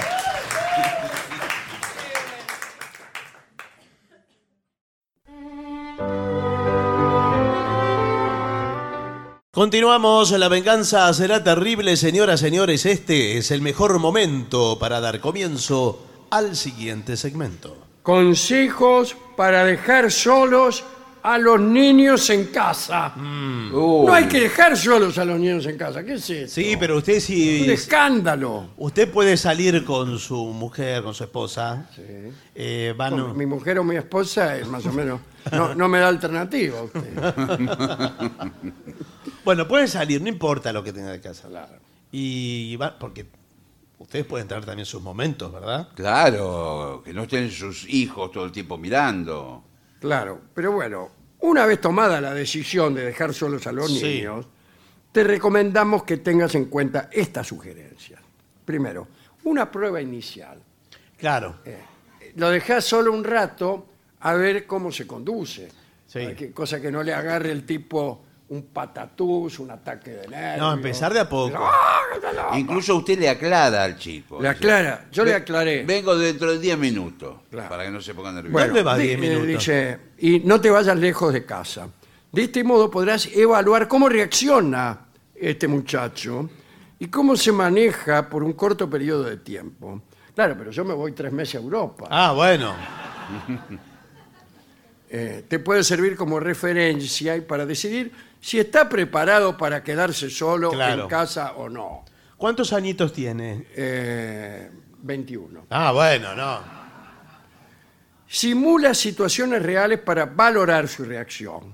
[SPEAKER 3] Continuamos, la venganza será terrible, señoras, señores. Este es el mejor momento para dar comienzo al siguiente segmento.
[SPEAKER 2] Consejos para dejar solos a los niños en casa. No hay que dejar solos a los niños en casa. ¿Qué es eso?
[SPEAKER 3] Mm. Sí, pero usted
[SPEAKER 2] Un
[SPEAKER 3] si
[SPEAKER 2] escándalo.
[SPEAKER 3] usted puede salir con su mujer, con su esposa. Eh, van-
[SPEAKER 2] No, Mi mujer o mi esposa es más o menos. No, no me da alternativa. a usted.
[SPEAKER 3] Bueno, pueden salir, no importa lo que tenga que hacer. Y va- porque ustedes pueden tener también sus momentos, ¿verdad?
[SPEAKER 4] Claro, que no estén sus hijos todo el tiempo mirando.
[SPEAKER 2] Claro, pero bueno, una vez tomada la decisión de dejar solos a los
[SPEAKER 3] Sí.
[SPEAKER 2] niños, te recomendamos que tengas en cuenta estas sugerencias. Primero, una prueba inicial.
[SPEAKER 3] Claro.
[SPEAKER 2] lo dejás solo un rato a ver cómo se conduce.
[SPEAKER 3] Sí.
[SPEAKER 2] Para que- cosa que no le agarre el tipo un patatús, un ataque de nervios.
[SPEAKER 3] No, empezar de a poco.
[SPEAKER 4] Incluso usted le aclara al chico.
[SPEAKER 2] Le aclara, yo le aclaré.
[SPEAKER 4] Vengo dentro de 10 minutos
[SPEAKER 2] Claro.
[SPEAKER 4] para que no se ponga nervioso.
[SPEAKER 2] Bueno,
[SPEAKER 3] ¿Dónde va
[SPEAKER 2] di-
[SPEAKER 3] 10
[SPEAKER 2] eh,
[SPEAKER 3] minutos?
[SPEAKER 2] Dice, y no te vayas lejos de casa. De este modo podrás evaluar cómo reacciona este muchacho y cómo se maneja por un corto periodo de tiempo. Claro, pero yo me voy tres meses a Europa.
[SPEAKER 3] Ah, bueno.
[SPEAKER 2] eh, te puede servir como referencia y para decidir si está preparado para quedarse solo
[SPEAKER 3] Claro.
[SPEAKER 2] en casa o no.
[SPEAKER 3] ¿Cuántos añitos tiene?
[SPEAKER 2] Eh, 21.
[SPEAKER 3] Ah, bueno, no.
[SPEAKER 2] Simula situaciones reales para valorar su reacción.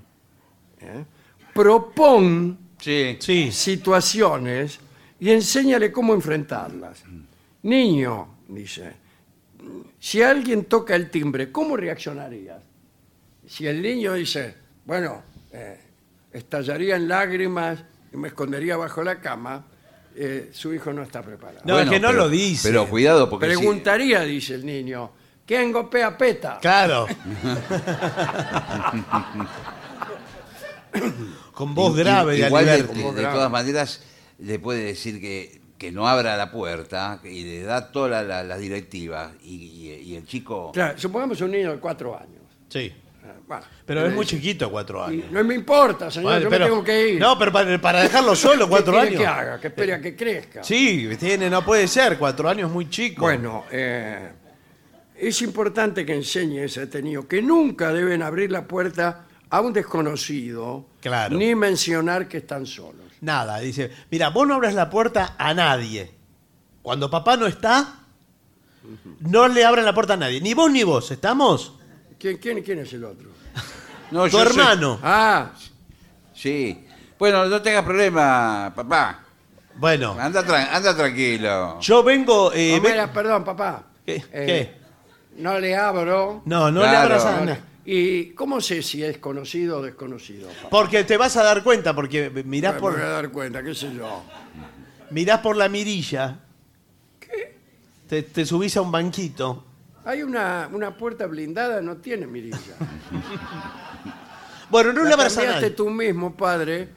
[SPEAKER 2] ¿Eh? Propón
[SPEAKER 4] sí.
[SPEAKER 3] Sí,
[SPEAKER 2] situaciones y enséñale cómo enfrentarlas.
[SPEAKER 3] Mm.
[SPEAKER 2] Niño, dice, si alguien toca el timbre, ¿cómo reaccionarías? Si el niño dice, bueno, eh, estallaría en lágrimas y me escondería bajo la cama, eh, su hijo no está preparado.
[SPEAKER 3] No, es que no lo dice.
[SPEAKER 4] Pero cuidado porque sí.
[SPEAKER 2] Preguntaría, dice el niño, ¿quién golpea peta?
[SPEAKER 3] claro. Con voz grave de
[SPEAKER 4] Igual de,
[SPEAKER 3] Alberti.
[SPEAKER 4] de-
[SPEAKER 2] Voz
[SPEAKER 4] de
[SPEAKER 2] grave.
[SPEAKER 4] todas maneras, le puede decir que, que no abra la puerta y le da todas las la, las directivas. Y, y- y el chico.
[SPEAKER 2] Claro, supongamos un niño de cuatro años.
[SPEAKER 3] Sí.
[SPEAKER 2] Eh, bueno,
[SPEAKER 3] Pero
[SPEAKER 2] le
[SPEAKER 3] es muy
[SPEAKER 2] dice,
[SPEAKER 3] chiquito, cuatro
[SPEAKER 2] "Y
[SPEAKER 3] años.
[SPEAKER 2] No me importa, señor,
[SPEAKER 3] Bueno,
[SPEAKER 2] yo
[SPEAKER 3] pero-
[SPEAKER 2] me tengo que ir.
[SPEAKER 3] No, pero para, para dejarlo solo cuatro
[SPEAKER 2] ¿Qué quiere
[SPEAKER 3] años.
[SPEAKER 2] que haga? Que espere a que crezca.
[SPEAKER 3] Sí, tiene, no puede ser. Cuatro años es muy chico.
[SPEAKER 2] Bueno, eh, es importante que enseñes a este niño que nunca deben abrir la puerta a un desconocido
[SPEAKER 3] Claro.
[SPEAKER 2] ni mencionar que están solos.
[SPEAKER 3] Nada, dice, mira, vos no abras la puerta a nadie. Cuando papá no está, no le abran la puerta a nadie. Ni vos ni vos, ¿estamos?
[SPEAKER 2] ¿Quién, quién, quién es el otro?
[SPEAKER 4] No,
[SPEAKER 3] Tu
[SPEAKER 4] yo soy-
[SPEAKER 3] hermano.
[SPEAKER 2] Ah,
[SPEAKER 4] sí. Bueno, no tengas problema, papá.
[SPEAKER 3] Bueno,
[SPEAKER 4] Anda, tran- anda tranquilo.
[SPEAKER 3] yo vengo... eh,
[SPEAKER 2] no,
[SPEAKER 3] ve-
[SPEAKER 2] mira, perdón, papá.
[SPEAKER 3] ¿Qué?
[SPEAKER 2] Eh, No le abro.
[SPEAKER 3] No, no le
[SPEAKER 4] Claro.
[SPEAKER 3] abras a
[SPEAKER 2] No le-
[SPEAKER 3] nadie.
[SPEAKER 2] ¿Y cómo sé si es conocido o desconocido? papá?
[SPEAKER 3] Porque te vas a dar cuenta, porque mirás
[SPEAKER 2] Me voy a
[SPEAKER 3] por,
[SPEAKER 2] dar cuenta, qué sé yo.
[SPEAKER 3] mirás por la mirilla. Te, te subís a un banquito.
[SPEAKER 2] Hay una, una puerta blindada, no tiene mirilla.
[SPEAKER 3] Bueno, no le
[SPEAKER 2] La
[SPEAKER 3] abras a
[SPEAKER 2] cambiaste
[SPEAKER 3] nadie.
[SPEAKER 2] tú mismo, padre,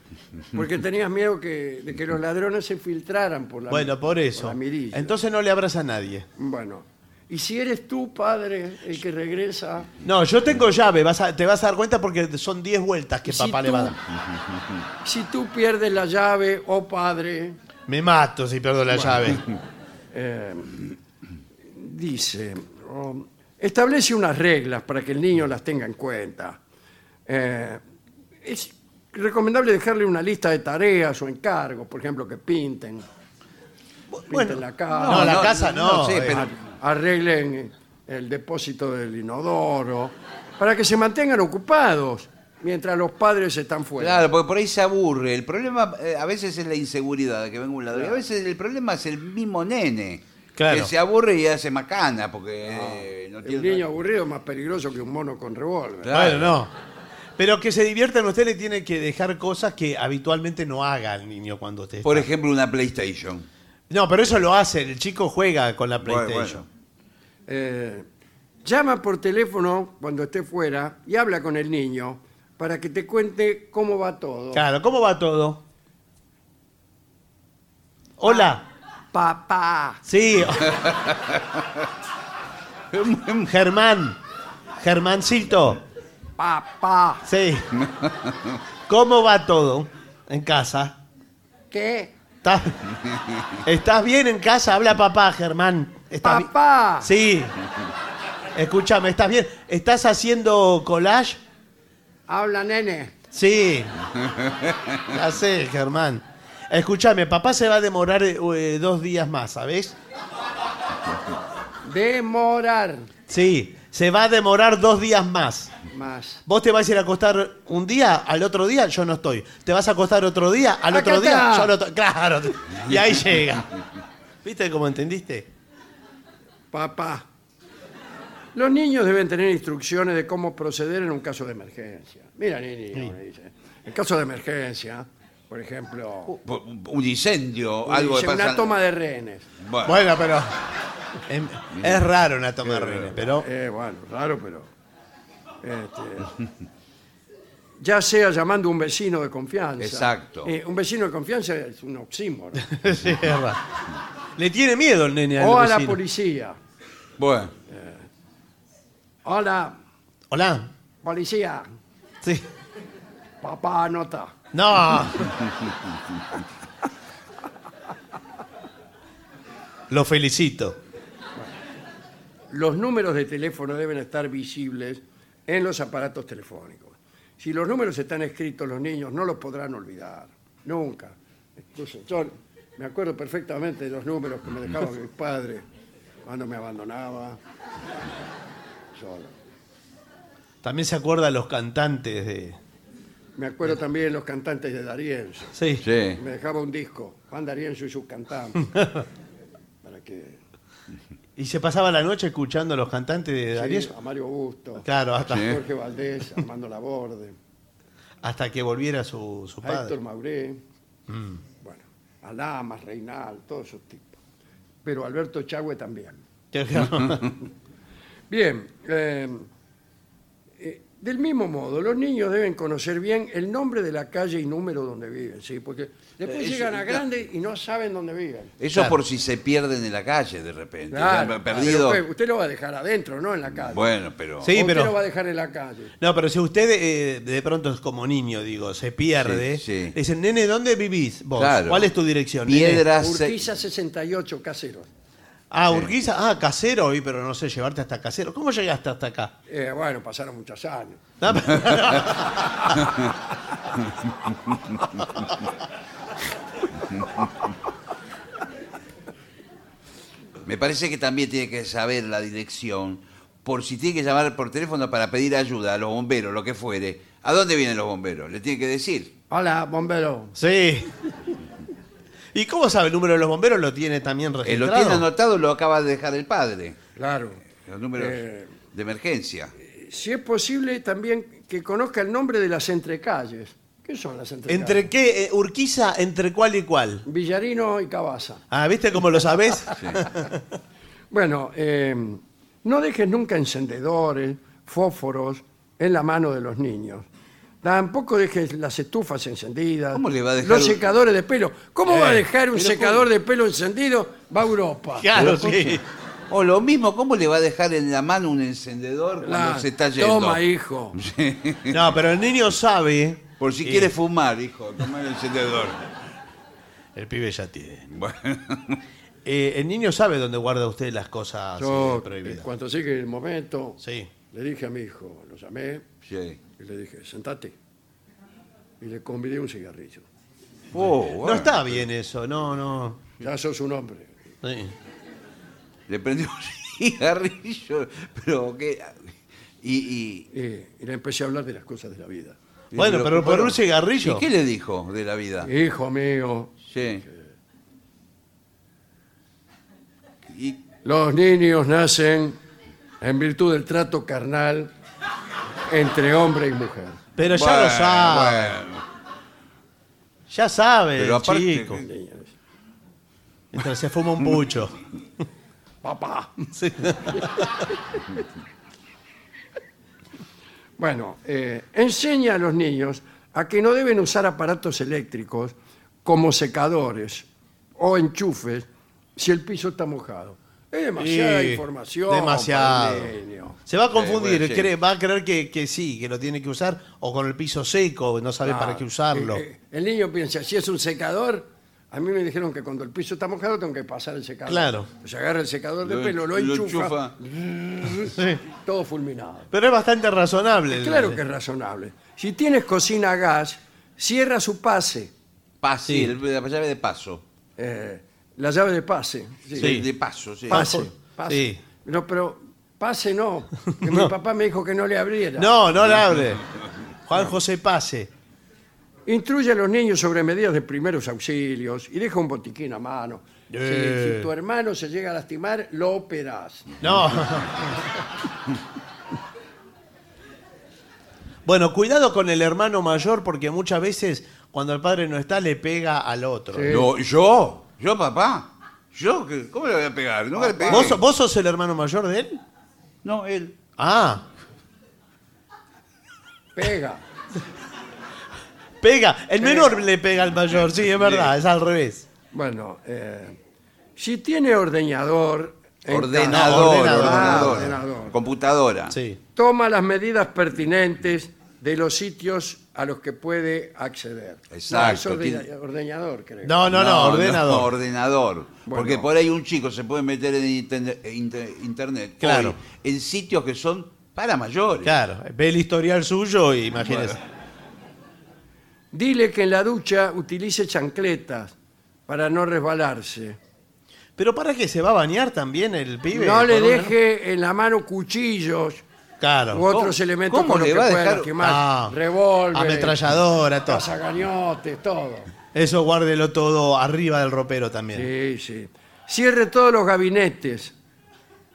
[SPEAKER 2] porque tenías miedo que, de que los ladrones se filtraran por la
[SPEAKER 3] Bueno, por eso.
[SPEAKER 2] la mirilla.
[SPEAKER 3] Entonces no le abras a nadie.
[SPEAKER 2] Bueno, y si eres tú, padre, el que regresa,
[SPEAKER 3] No, yo tengo llave, vas a- te vas a dar cuenta porque son 10 vueltas que
[SPEAKER 2] Si
[SPEAKER 3] papá le
[SPEAKER 2] tú-
[SPEAKER 3] va a dar.
[SPEAKER 2] si tú pierdes la llave, oh padre,
[SPEAKER 3] Me mato si pierdo la llave.
[SPEAKER 2] eh, dice, oh, establece unas reglas para que el niño las tenga en cuenta. Eh, es recomendable dejarle una lista de tareas o encargos, por ejemplo, que pinten, pinten la casa.
[SPEAKER 3] No, la casa no,
[SPEAKER 4] sí,
[SPEAKER 3] eh.
[SPEAKER 4] pero-
[SPEAKER 2] arreglen el depósito del inodoro, para que se mantengan ocupados mientras los padres están fuera.
[SPEAKER 4] Claro, porque por ahí se aburre. El problema eh, a veces es la inseguridad de que venga un ladrón. Y A veces el problema es el mismo nene.
[SPEAKER 3] Claro.
[SPEAKER 4] Que se aburre y hace macana porque eh, no,
[SPEAKER 2] El
[SPEAKER 4] tiene.
[SPEAKER 2] niño aburrido es más peligroso que un mono con revólver.
[SPEAKER 4] Claro.
[SPEAKER 3] Bueno, no. Pero que se diviertan usted le tiene que dejar cosas que habitualmente no haga el niño cuando te.
[SPEAKER 5] Por ejemplo, una PlayStation.
[SPEAKER 3] No, pero eso lo hace, el chico juega con la
[SPEAKER 5] Bueno,
[SPEAKER 3] PlayStation.
[SPEAKER 2] Eh, llama por teléfono cuando esté fuera y habla con el niño para que te cuente cómo va todo.
[SPEAKER 3] Claro, ¿cómo va todo?
[SPEAKER 2] Ah.
[SPEAKER 3] Hola.
[SPEAKER 2] Papá.
[SPEAKER 3] Sí,
[SPEAKER 5] bueno.
[SPEAKER 3] Germán. Germancito.
[SPEAKER 2] Papá,
[SPEAKER 3] Sí. ¿Cómo va todo en casa?
[SPEAKER 2] ¿qué?
[SPEAKER 3] ¿Estás, estás bien en casa? Habla papá, Germán. ¿Estás bi-
[SPEAKER 2] Papá,
[SPEAKER 3] Sí. Escúchame, ¿estás bien? ¿Estás haciendo collage?
[SPEAKER 2] habla nene.
[SPEAKER 3] Sí. Ya sé, Germán. Escúchame, papá se va a demorar eh, eh, dos días más, ¿sabes?
[SPEAKER 2] Demorar
[SPEAKER 3] Sí, se va a demorar dos días más.
[SPEAKER 2] más.
[SPEAKER 3] Vos te vas a ir a acostar un día, al otro día yo no estoy. Te vas a acostar otro día, al
[SPEAKER 2] Acá
[SPEAKER 3] otro día
[SPEAKER 2] está.
[SPEAKER 3] yo no estoy. Claro, y ahí llega. ¿Viste cómo entendiste?
[SPEAKER 2] Papá. Los niños deben tener instrucciones de cómo proceder en un caso de emergencia. Mira, niño, le dice. En caso de emergencia, por
[SPEAKER 3] Uh,
[SPEAKER 2] ejemplo,
[SPEAKER 5] Por- Un incendio, algo que
[SPEAKER 2] dice,
[SPEAKER 5] pasa.
[SPEAKER 2] una toma de rehenes.
[SPEAKER 5] Bueno,
[SPEAKER 3] Bueno, pero. em, Es, raro una toma de rehenes, pero.
[SPEAKER 2] Eh, bueno, raro, pero. este, ya sea llamando a un vecino de confianza.
[SPEAKER 5] Exacto.
[SPEAKER 2] Eh, un vecino de confianza es un oxímoron.
[SPEAKER 3] sí, es raro. Le tiene miedo el nene al
[SPEAKER 2] o a la
[SPEAKER 3] vecino.
[SPEAKER 2] policía.
[SPEAKER 5] bueno.
[SPEAKER 2] Hola,
[SPEAKER 3] Hola.
[SPEAKER 2] policía.
[SPEAKER 3] Sí.
[SPEAKER 2] Papá anota.
[SPEAKER 3] No. Lo felicito.
[SPEAKER 2] Los números de teléfono deben estar visibles en los aparatos telefónicos. Si los números están escritos, los niños no los podrán olvidar. Nunca. Incluso yo me acuerdo perfectamente de los números que me dejaban mis padres cuando me abandonaba. Solo.
[SPEAKER 3] También se acuerda los cantantes de.
[SPEAKER 2] Me acuerdo también de los cantantes de Darienzo.
[SPEAKER 3] Sí.
[SPEAKER 5] Sí.
[SPEAKER 2] Me dejaba un disco, Juan Darienzo y sus cantantes. Para que.
[SPEAKER 3] Y se pasaba la noche escuchando a los cantantes de Darío.
[SPEAKER 2] Sí, a Mario Busto,
[SPEAKER 3] Claro, hasta,
[SPEAKER 5] Sí.
[SPEAKER 2] a Jorge Valdés, a Armando Laborde,
[SPEAKER 3] hasta que volviera su, su
[SPEAKER 2] a Héctor
[SPEAKER 3] padre.
[SPEAKER 2] Mauré, bueno, a Lamas, Reinal, todos esos tipos. Pero Alberto Chagüe también. Bien, eh, eh, del mismo modo, los niños deben conocer bien el nombre de la calle y número donde viven, ¿sí? Porque después
[SPEAKER 5] Eh, eso-
[SPEAKER 2] llegan a
[SPEAKER 5] claro.
[SPEAKER 2] grandes y no saben dónde viven.
[SPEAKER 5] Eso
[SPEAKER 3] Claro.
[SPEAKER 5] por si se pierden en la calle de repente.
[SPEAKER 2] Claro,
[SPEAKER 5] Ya, perdido.
[SPEAKER 2] pero Usted, usted lo va a dejar adentro, no en la calle.
[SPEAKER 5] Bueno, pero.
[SPEAKER 3] Sí.
[SPEAKER 2] O usted
[SPEAKER 3] pero-
[SPEAKER 2] lo va a dejar en la calle.
[SPEAKER 3] No, pero si usted eh, de pronto es como niño, digo, se pierde.
[SPEAKER 5] Sí, sí.
[SPEAKER 3] le Dicen, nene, ¿dónde vivís vos?
[SPEAKER 5] Claro.
[SPEAKER 3] ¿Cuál es tu dirección? nene?"
[SPEAKER 5] Piedras.
[SPEAKER 2] Urquiza 68, caseros.
[SPEAKER 3] Ah, Urquiza. Ah, casero, hoy, pero no sé, llevarte hasta casero. ¿Cómo llegaste hasta acá?
[SPEAKER 2] Eh, bueno, pasaron muchos años.
[SPEAKER 3] No, pero-
[SPEAKER 5] Me parece que también tiene que saber la dirección. Por si tiene que llamar por teléfono para pedir ayuda a los bomberos, lo que fuere. ¿A dónde vienen los bomberos? Le tiene que decir.
[SPEAKER 2] Hola, bombero.
[SPEAKER 3] Sí. ¿Y cómo sabe el número de los bomberos? Lo tiene también
[SPEAKER 5] Eh,
[SPEAKER 3] registrado.
[SPEAKER 5] lo tiene anotado, lo acaba de dejar el padre.
[SPEAKER 2] Claro.
[SPEAKER 5] Los números
[SPEAKER 2] Eh.
[SPEAKER 5] de emergencia.
[SPEAKER 2] Si es posible, también que conozca el nombre de las entrecalles. ¿Qué son las entrecalles?
[SPEAKER 3] ¿Entre qué? eh, Urquiza, ¿entre cuál y cuál?
[SPEAKER 2] Villarino y Cabaza.
[SPEAKER 3] Ah, ¿viste cómo lo sabés?
[SPEAKER 2] Bueno, eh, no dejes nunca encendedores, fósforos en la mano de los niños. Tampoco dejes las estufas encendidas.
[SPEAKER 5] ¿Cómo le va a dejar
[SPEAKER 2] Los
[SPEAKER 5] un-
[SPEAKER 2] secadores de pelo. ¿Cómo
[SPEAKER 3] Eh,
[SPEAKER 2] va a dejar un
[SPEAKER 5] pero
[SPEAKER 2] secador de pelo encendido? Va a Europa.
[SPEAKER 3] Claro, sí.
[SPEAKER 5] O lo mismo, ¿cómo le va a dejar en la mano un encendedor cuando
[SPEAKER 2] Claro.
[SPEAKER 5] se está yendo?
[SPEAKER 2] Toma, hijo.
[SPEAKER 3] No, pero el niño sabe.
[SPEAKER 5] Por si
[SPEAKER 3] Sí.
[SPEAKER 5] quiere fumar, hijo, toma el encendedor.
[SPEAKER 3] El pibe ya tiene.
[SPEAKER 5] Bueno,
[SPEAKER 3] Eh, el niño sabe dónde guarda usted las cosas eh,
[SPEAKER 2] Yo, en
[SPEAKER 3] prohibidas.
[SPEAKER 2] cuanto llegue el momento,
[SPEAKER 3] Sí.
[SPEAKER 2] le dije a mi hijo, lo llamé
[SPEAKER 5] sí.
[SPEAKER 2] y le dije, sentate. Y le convidé un cigarrillo.
[SPEAKER 5] Oh,
[SPEAKER 3] No
[SPEAKER 5] bueno.
[SPEAKER 3] está bien eso, no, no.
[SPEAKER 2] Ya sos un hombre.
[SPEAKER 3] Sí.
[SPEAKER 5] Le prendió un cigarrillo, pero qué. Y, y-
[SPEAKER 2] Y, y le empecé a hablar de las cosas de la vida.
[SPEAKER 3] Bueno,
[SPEAKER 5] y-
[SPEAKER 3] pero por un cigarrillo.
[SPEAKER 5] ¿Y qué le dijo de la vida?
[SPEAKER 2] Hijo mío,
[SPEAKER 5] Sí. Y-
[SPEAKER 2] los niños nacen en virtud del trato carnal entre hombre y mujer.
[SPEAKER 3] Pero ya lo
[SPEAKER 5] Bueno,
[SPEAKER 3] sabe.
[SPEAKER 5] bueno.
[SPEAKER 3] Ya sabe,
[SPEAKER 5] Pero aparte-
[SPEAKER 3] chico. Mientras se fuma un pucho.
[SPEAKER 2] Papá. bueno, eh, enseña a los niños a que no deben usar aparatos eléctricos como secadores o enchufes si el piso está mojado. Es demasiada
[SPEAKER 3] Sí,
[SPEAKER 2] información. Eh,
[SPEAKER 3] demasiado.
[SPEAKER 2] para el niño.
[SPEAKER 3] Se va a
[SPEAKER 5] Sí,
[SPEAKER 3] confundir,
[SPEAKER 5] puede ser.
[SPEAKER 3] cree- va a creer que, que sí, que lo tiene que usar, o con el piso seco, no sabe para qué usarlo.
[SPEAKER 2] Eh, eh, El niño piensa, si es un secador, a mí me dijeron que cuando el piso está mojado tengo que pasar el secador.
[SPEAKER 3] Claro.
[SPEAKER 2] Se agarra el secador de
[SPEAKER 5] Lo
[SPEAKER 2] pelo, lo
[SPEAKER 5] en- lo
[SPEAKER 2] enchufa,
[SPEAKER 3] Sí.
[SPEAKER 2] todo fulminado.
[SPEAKER 3] Pero es bastante razonable. el-
[SPEAKER 2] Claro que es razonable. Si tienes cocina a gas, cierra su pase,
[SPEAKER 5] Pase,
[SPEAKER 3] Sí.
[SPEAKER 5] el- la llave de paso.
[SPEAKER 2] eh, la llave de pase. sí.
[SPEAKER 3] Sí. Ah,
[SPEAKER 5] De paso, sí.
[SPEAKER 2] Pase,
[SPEAKER 3] Paso.
[SPEAKER 2] pase.
[SPEAKER 3] Sí.
[SPEAKER 2] No, pero pase no, que mi papá me dijo que no le abriera.
[SPEAKER 3] No, no la abre. Juan José Pase.
[SPEAKER 2] Instruye a los niños sobre medidas de primeros auxilios y deja un botiquín a mano. Si- Si,
[SPEAKER 3] Eh.
[SPEAKER 2] tu hermano se llega a lastimar, lo operás.
[SPEAKER 3] No. Bueno, cuidado con el hermano mayor porque muchas veces cuando el padre no está le pega al otro.
[SPEAKER 2] Sí.
[SPEAKER 5] No, yo, yo papá. ¿Yo? ¿Qué- ¿Cómo le voy a pegar? Nunca le pegué.
[SPEAKER 3] Ah, ¿Vos, so- vos sos el hermano mayor de él?
[SPEAKER 5] No, él.
[SPEAKER 3] Ah,
[SPEAKER 2] Pega.
[SPEAKER 3] pega. El menor le pega al mayor, sí, es verdad, es al revés.
[SPEAKER 2] Bueno, eh, si tiene ordeñador, en casa,
[SPEAKER 5] Ordenador,
[SPEAKER 3] ordenador.
[SPEAKER 5] ordenador.
[SPEAKER 2] Ah, ordenador.
[SPEAKER 5] Computadora.
[SPEAKER 3] Sí.
[SPEAKER 2] toma las medidas pertinentes de los sitios a los que puede acceder.
[SPEAKER 5] Exacto,
[SPEAKER 2] No, es ordena-
[SPEAKER 5] tiene-
[SPEAKER 2] ordeñador, creo.
[SPEAKER 3] No, no, no, ordenador.
[SPEAKER 5] no, ordenador. Porque
[SPEAKER 2] Bueno.
[SPEAKER 5] por ahí un chico se puede meter en interne- eh, inter- internet.
[SPEAKER 3] Claro.
[SPEAKER 5] hoy, en sitios que son para mayores.
[SPEAKER 3] Claro, ve el historial suyo y imagínese.
[SPEAKER 2] Dile que en la ducha utilice chancletas para no resbalarse.
[SPEAKER 3] Pero ¿para qué se va a bañar también el pibe?
[SPEAKER 2] No le
[SPEAKER 3] Con una-
[SPEAKER 2] deje en la mano cuchillos u
[SPEAKER 3] Claro.
[SPEAKER 2] otros
[SPEAKER 5] ¿Cómo-
[SPEAKER 2] elementos
[SPEAKER 5] cómo
[SPEAKER 2] con los
[SPEAKER 5] le
[SPEAKER 2] que
[SPEAKER 5] va a
[SPEAKER 2] pueda
[SPEAKER 5] dejar-
[SPEAKER 2] lastimar.
[SPEAKER 3] Ah,
[SPEAKER 2] Revólver,
[SPEAKER 3] Ametralladora, todo.
[SPEAKER 2] cazacañotes, todo.
[SPEAKER 3] Eso guárdelo todo arriba del ropero también.
[SPEAKER 2] Sí, sí. Cierre todos los gabinetes.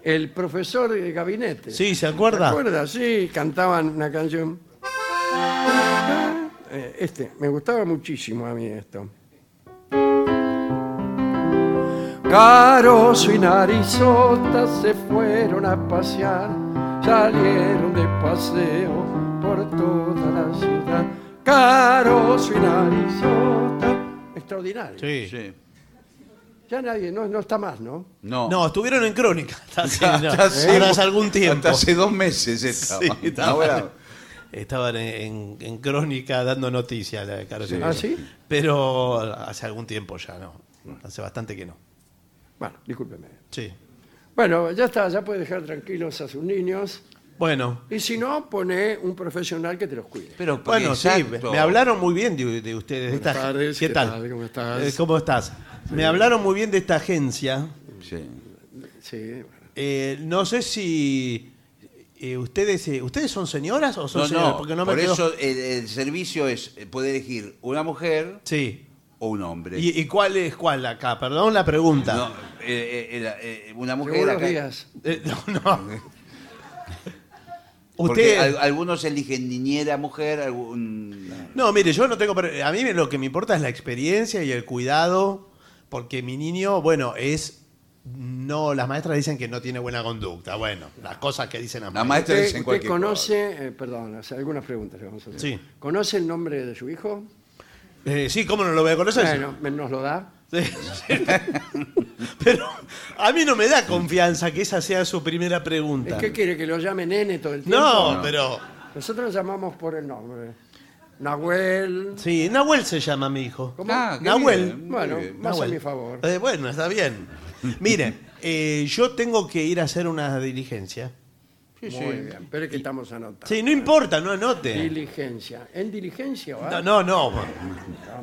[SPEAKER 2] El profesor de gabinete.
[SPEAKER 3] Sí, ¿se
[SPEAKER 2] ¿Te
[SPEAKER 3] acuerda?
[SPEAKER 2] acuerdas? Sí, cantaban una canción. Eh, Este, me gustaba muchísimo a mí esto. Carozo y Narizota se fueron a pasear, salieron de paseo por toda la ciudad. Carozo y Narizota. Extraordinario.
[SPEAKER 3] Sí.
[SPEAKER 5] Sí.
[SPEAKER 2] Ya nadie, no, no está más, ¿no?
[SPEAKER 5] No.
[SPEAKER 3] No, estuvieron en crónica. Hasta hace, no,
[SPEAKER 5] Hasta hace-
[SPEAKER 3] ahora hace algún tiempo.
[SPEAKER 5] Hasta hace dos meses estaba.
[SPEAKER 3] Sí, estaba-
[SPEAKER 5] Ahora-
[SPEAKER 3] Estaban en, en- en crónica dando noticias. La de Carlos Herrera.
[SPEAKER 2] ¿Ah, sí?
[SPEAKER 3] Pero hace algún tiempo ya, ¿no? Hace bastante que no.
[SPEAKER 2] Bueno, discúlpeme.
[SPEAKER 3] Sí.
[SPEAKER 2] Bueno, ya está, ya puede dejar tranquilos a sus niños.
[SPEAKER 3] Bueno.
[SPEAKER 2] Y si no, pone un profesional que te los cuide.
[SPEAKER 5] Pero, porque-
[SPEAKER 3] Bueno, sí, me-
[SPEAKER 5] exacto.
[SPEAKER 3] me hablaron muy bien de, de ustedes. de
[SPEAKER 2] Buenas
[SPEAKER 3] esta-
[SPEAKER 2] tardes,
[SPEAKER 3] ¿Qué
[SPEAKER 2] ¿qué
[SPEAKER 3] tal?
[SPEAKER 2] tal? ¿Cómo estás?
[SPEAKER 3] Eh, ¿Cómo estás? Me hablaron muy bien de esta agencia.
[SPEAKER 5] Sí.
[SPEAKER 2] Sí.
[SPEAKER 3] Eh, no sé si eh, ustedes eh, ustedes son señoras o son
[SPEAKER 5] No,
[SPEAKER 3] señores,
[SPEAKER 5] no,
[SPEAKER 3] porque no me
[SPEAKER 5] por
[SPEAKER 3] quedó-
[SPEAKER 5] eso el, el servicio es eh, puede elegir una mujer
[SPEAKER 3] Sí.
[SPEAKER 5] o un hombre.
[SPEAKER 3] ¿Y, y cuál es cuál acá? Perdón la pregunta.
[SPEAKER 5] No, eh, eh, la- eh, una mujer
[SPEAKER 2] Buenos
[SPEAKER 5] acá-
[SPEAKER 2] días.
[SPEAKER 3] Eh, no, no.
[SPEAKER 5] porque
[SPEAKER 3] Usted
[SPEAKER 5] al- algunos eligen niñera mujer, algún-
[SPEAKER 3] No, mire, yo no tengo. pre- A mí me- lo que me importa es la experiencia y el cuidado, porque mi niño, bueno, es. No, las maestras dicen que no tiene buena conducta. Bueno, las cosas que dicen las
[SPEAKER 5] La
[SPEAKER 3] maestras.
[SPEAKER 5] maestra
[SPEAKER 2] ¿Usted,
[SPEAKER 5] dice en
[SPEAKER 2] usted
[SPEAKER 5] cualquier
[SPEAKER 2] conoce, eh, perdón, o sea, algunas preguntas le vamos a hacer.
[SPEAKER 3] Sí.
[SPEAKER 2] ¿Conoce el nombre de su hijo?
[SPEAKER 3] Eh, sí, ¿cómo no lo voy a conocer?
[SPEAKER 2] Bueno, me- nos lo da.
[SPEAKER 3] Sí, sí. Pero a mí no me da confianza que esa sea su primera
[SPEAKER 2] ¿Es
[SPEAKER 3] pregunta.
[SPEAKER 2] que quiere que lo llame nene todo el tiempo?
[SPEAKER 3] no,
[SPEAKER 5] No.
[SPEAKER 3] pero.
[SPEAKER 2] Nosotros lo llamamos por el nombre. Nahuel.
[SPEAKER 3] Sí, Nahuel se llama mi hijo.
[SPEAKER 2] ¿Cómo?
[SPEAKER 5] Ah, qué
[SPEAKER 3] Nahuel.
[SPEAKER 5] bien, muy
[SPEAKER 2] Bueno,
[SPEAKER 5] bien.
[SPEAKER 2] más
[SPEAKER 3] Nahuel.
[SPEAKER 2] a mi favor.
[SPEAKER 3] Eh, bueno, está bien. Mire, eh, yo tengo que ir a hacer una diligencia.
[SPEAKER 2] Muy bien, pero es que estamos anotando.
[SPEAKER 3] Sí, no importa, no anote.
[SPEAKER 2] Diligencia. ¿En diligencia va?
[SPEAKER 3] No, no, no.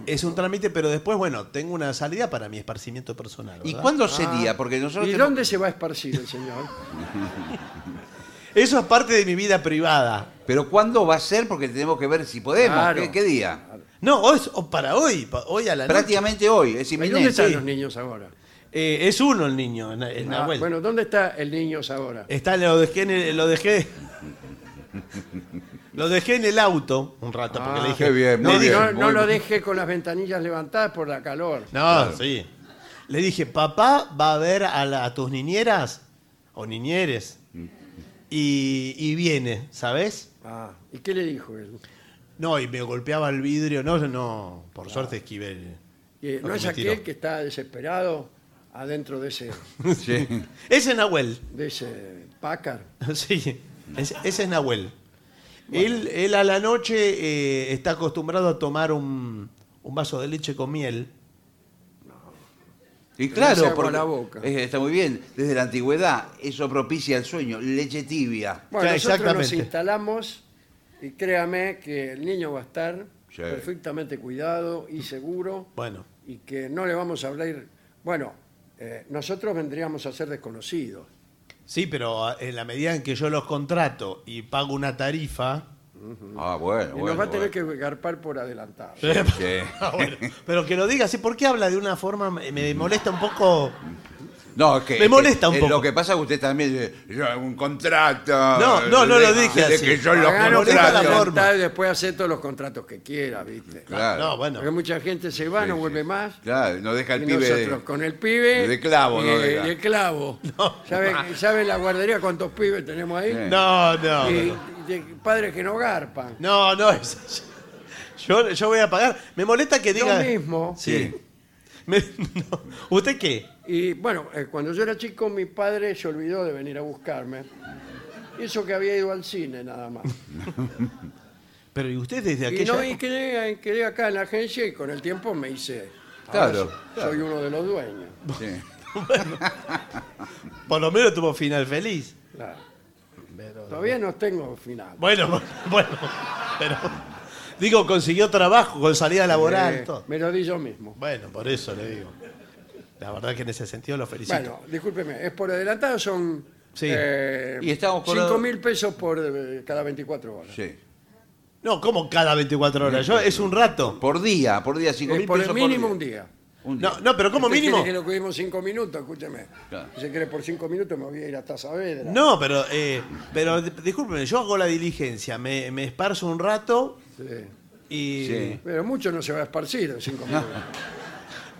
[SPEAKER 3] Es un trámite, pero después, bueno, tengo una salida para mi esparcimiento personal.
[SPEAKER 5] ¿Y
[SPEAKER 3] ¿verdad? Ah.
[SPEAKER 5] cuándo sería? Porque nosotros
[SPEAKER 2] ¿Y
[SPEAKER 5] tenemos-
[SPEAKER 2] dónde se va a esparcir el señor?
[SPEAKER 3] Eso es parte de mi vida privada.
[SPEAKER 5] Pero ¿cuándo va a ser? Porque tenemos que ver si podemos.
[SPEAKER 2] Claro.
[SPEAKER 5] ¿Qué, qué día?
[SPEAKER 3] No, hoy es- o para hoy, pa- hoy a la noche.
[SPEAKER 5] Prácticamente hoy, es
[SPEAKER 2] ¿Y dónde
[SPEAKER 5] inminente.
[SPEAKER 2] están los niños ahora?
[SPEAKER 3] Eh, es uno el niño, Na- el
[SPEAKER 2] Ah,
[SPEAKER 3] Nahuel.
[SPEAKER 2] bueno, ¿dónde está el niño ahora?
[SPEAKER 3] Está, lo dejé, en el- lo dejé. Lo dejé en el auto un rato porque
[SPEAKER 2] Ah,
[SPEAKER 3] le dije.
[SPEAKER 5] qué bien,
[SPEAKER 3] le
[SPEAKER 5] muy
[SPEAKER 3] dije,
[SPEAKER 5] bien.
[SPEAKER 2] No, no lo deje con las ventanillas levantadas por la calor.
[SPEAKER 3] No, sí. Le dije, papá va a ver a, la- a tus niñeras o niñeres. Y, y viene, ¿sabes?
[SPEAKER 2] Ah, ¿Y qué le dijo él?
[SPEAKER 3] No, y me golpeaba el vidrio. No, yo no, por suerte esquivé. el-
[SPEAKER 2] Y, ¿No
[SPEAKER 3] lo que
[SPEAKER 2] es
[SPEAKER 3] me
[SPEAKER 2] aquel
[SPEAKER 3] tiró.
[SPEAKER 2] que está desesperado adentro de ese,
[SPEAKER 5] Sí.
[SPEAKER 3] Ese Nahuel.
[SPEAKER 2] de ese pácar?
[SPEAKER 3] Sí, ese, ese es Nahuel. Él, él a la noche eh, está acostumbrado a tomar un, un vaso de leche con miel.
[SPEAKER 5] Y
[SPEAKER 2] se
[SPEAKER 5] claro,
[SPEAKER 2] agua la boca.
[SPEAKER 5] eh, está muy bien. Desde la antigüedad eso propicia el sueño, leche tibia.
[SPEAKER 2] Bueno,
[SPEAKER 3] Ya,
[SPEAKER 2] nosotros nos
[SPEAKER 3] exactamente.
[SPEAKER 2] instalamos y créame que el niño va a estar
[SPEAKER 5] Sí.
[SPEAKER 2] perfectamente cuidado y seguro
[SPEAKER 3] Bueno,
[SPEAKER 2] y que no le vamos a hablar. Bueno, eh, nosotros vendríamos a ser desconocidos.
[SPEAKER 3] sí, pero a- en la medida en que yo los contrato y pago una tarifa.
[SPEAKER 5] Ah, bueno,
[SPEAKER 2] Y
[SPEAKER 5] bueno.
[SPEAKER 2] nos va a tener
[SPEAKER 5] bueno.
[SPEAKER 2] que garpar por adelantado.
[SPEAKER 5] Sí.
[SPEAKER 3] Ah, bueno, pero que lo diga así, ¿por qué habla de una forma? Me me molesta un poco.
[SPEAKER 5] No, es que,
[SPEAKER 3] Me
[SPEAKER 5] es que,
[SPEAKER 3] molesta un
[SPEAKER 5] eh,
[SPEAKER 3] poco.
[SPEAKER 5] Lo que pasa es que usted también dice, yo hago un contrato.
[SPEAKER 3] No, no, no lo dije
[SPEAKER 5] de
[SPEAKER 3] así.
[SPEAKER 5] que yo los
[SPEAKER 3] Hagalo
[SPEAKER 2] Pagaron por
[SPEAKER 3] contrato.
[SPEAKER 5] contrato.
[SPEAKER 3] forma.
[SPEAKER 2] adelantado y después hacer todos los contratos que quiera, ¿viste?
[SPEAKER 5] Claro.
[SPEAKER 3] No, bueno.
[SPEAKER 2] Porque mucha gente se va, no
[SPEAKER 5] Sí,
[SPEAKER 2] vuelve
[SPEAKER 5] sí.
[SPEAKER 2] más.
[SPEAKER 5] Claro, no deja el
[SPEAKER 2] Y
[SPEAKER 5] pibe. de-
[SPEAKER 2] nosotros con el pibe.
[SPEAKER 5] de clavo,
[SPEAKER 2] y,
[SPEAKER 5] no de la-
[SPEAKER 2] y el clavo. ¿Sabe, sabe la guardería cuántos pibes tenemos ahí?
[SPEAKER 5] Sí.
[SPEAKER 3] No, no.
[SPEAKER 2] Y,
[SPEAKER 3] no.
[SPEAKER 2] y de padres que no garpan.
[SPEAKER 3] No, no, es- Yo, yo voy a pagar. Me molesta que
[SPEAKER 2] Yo
[SPEAKER 3] diga.
[SPEAKER 2] mismo.
[SPEAKER 3] Sí. Me- no. ¿Usted qué?
[SPEAKER 2] Y bueno, eh, cuando yo era chico, mi padre se olvidó de venir a buscarme. Y Eso que había ido al cine nada más.
[SPEAKER 3] Pero ¿y usted desde
[SPEAKER 2] Y,
[SPEAKER 3] aquella
[SPEAKER 2] no, y
[SPEAKER 3] época?
[SPEAKER 2] quedé, eh, quedé acá en la agencia y con el tiempo me hice. ahora
[SPEAKER 5] Claro,
[SPEAKER 2] so- Soy uno de los dueños.
[SPEAKER 5] Sí.
[SPEAKER 3] Por lo menos tuvo final feliz.
[SPEAKER 2] claro. Todavía no tengo final.
[SPEAKER 3] Bueno, bueno, pero digo, consiguió trabajo con salida laboral,
[SPEAKER 2] Eh,
[SPEAKER 3] todo.
[SPEAKER 2] me lo di yo mismo.
[SPEAKER 3] Bueno, por eso le digo. La verdad que en ese sentido lo felicito.
[SPEAKER 2] Bueno, discúlpeme, es por adelantado, son
[SPEAKER 3] Sí.
[SPEAKER 2] eh,
[SPEAKER 5] Y estamos por-
[SPEAKER 2] cinco mil pesos por eh, cada 24 horas.
[SPEAKER 5] sí.
[SPEAKER 3] No, como cada 24 horas. Yo, es un rato.
[SPEAKER 5] Por día, por día, cinco
[SPEAKER 2] Eh,
[SPEAKER 5] mil
[SPEAKER 2] por
[SPEAKER 5] pesos
[SPEAKER 2] el mínimo un día.
[SPEAKER 5] Un día.
[SPEAKER 3] No, no, pero como
[SPEAKER 2] ¿Usted
[SPEAKER 3] mínimo.
[SPEAKER 2] quiere que lo cuidemos cinco minutos, escúcheme.
[SPEAKER 5] Claro.
[SPEAKER 2] Si se quiere por cinco minutos me voy a ir hasta Saavedra.
[SPEAKER 3] No, pero, eh, pero di- discúlpeme, yo hago la diligencia, me, me esparzo un rato
[SPEAKER 2] Sí.
[SPEAKER 3] y.
[SPEAKER 5] Sí.
[SPEAKER 2] Pero mucho no se va a esparcir en cinco
[SPEAKER 3] Ah,
[SPEAKER 2] minutos.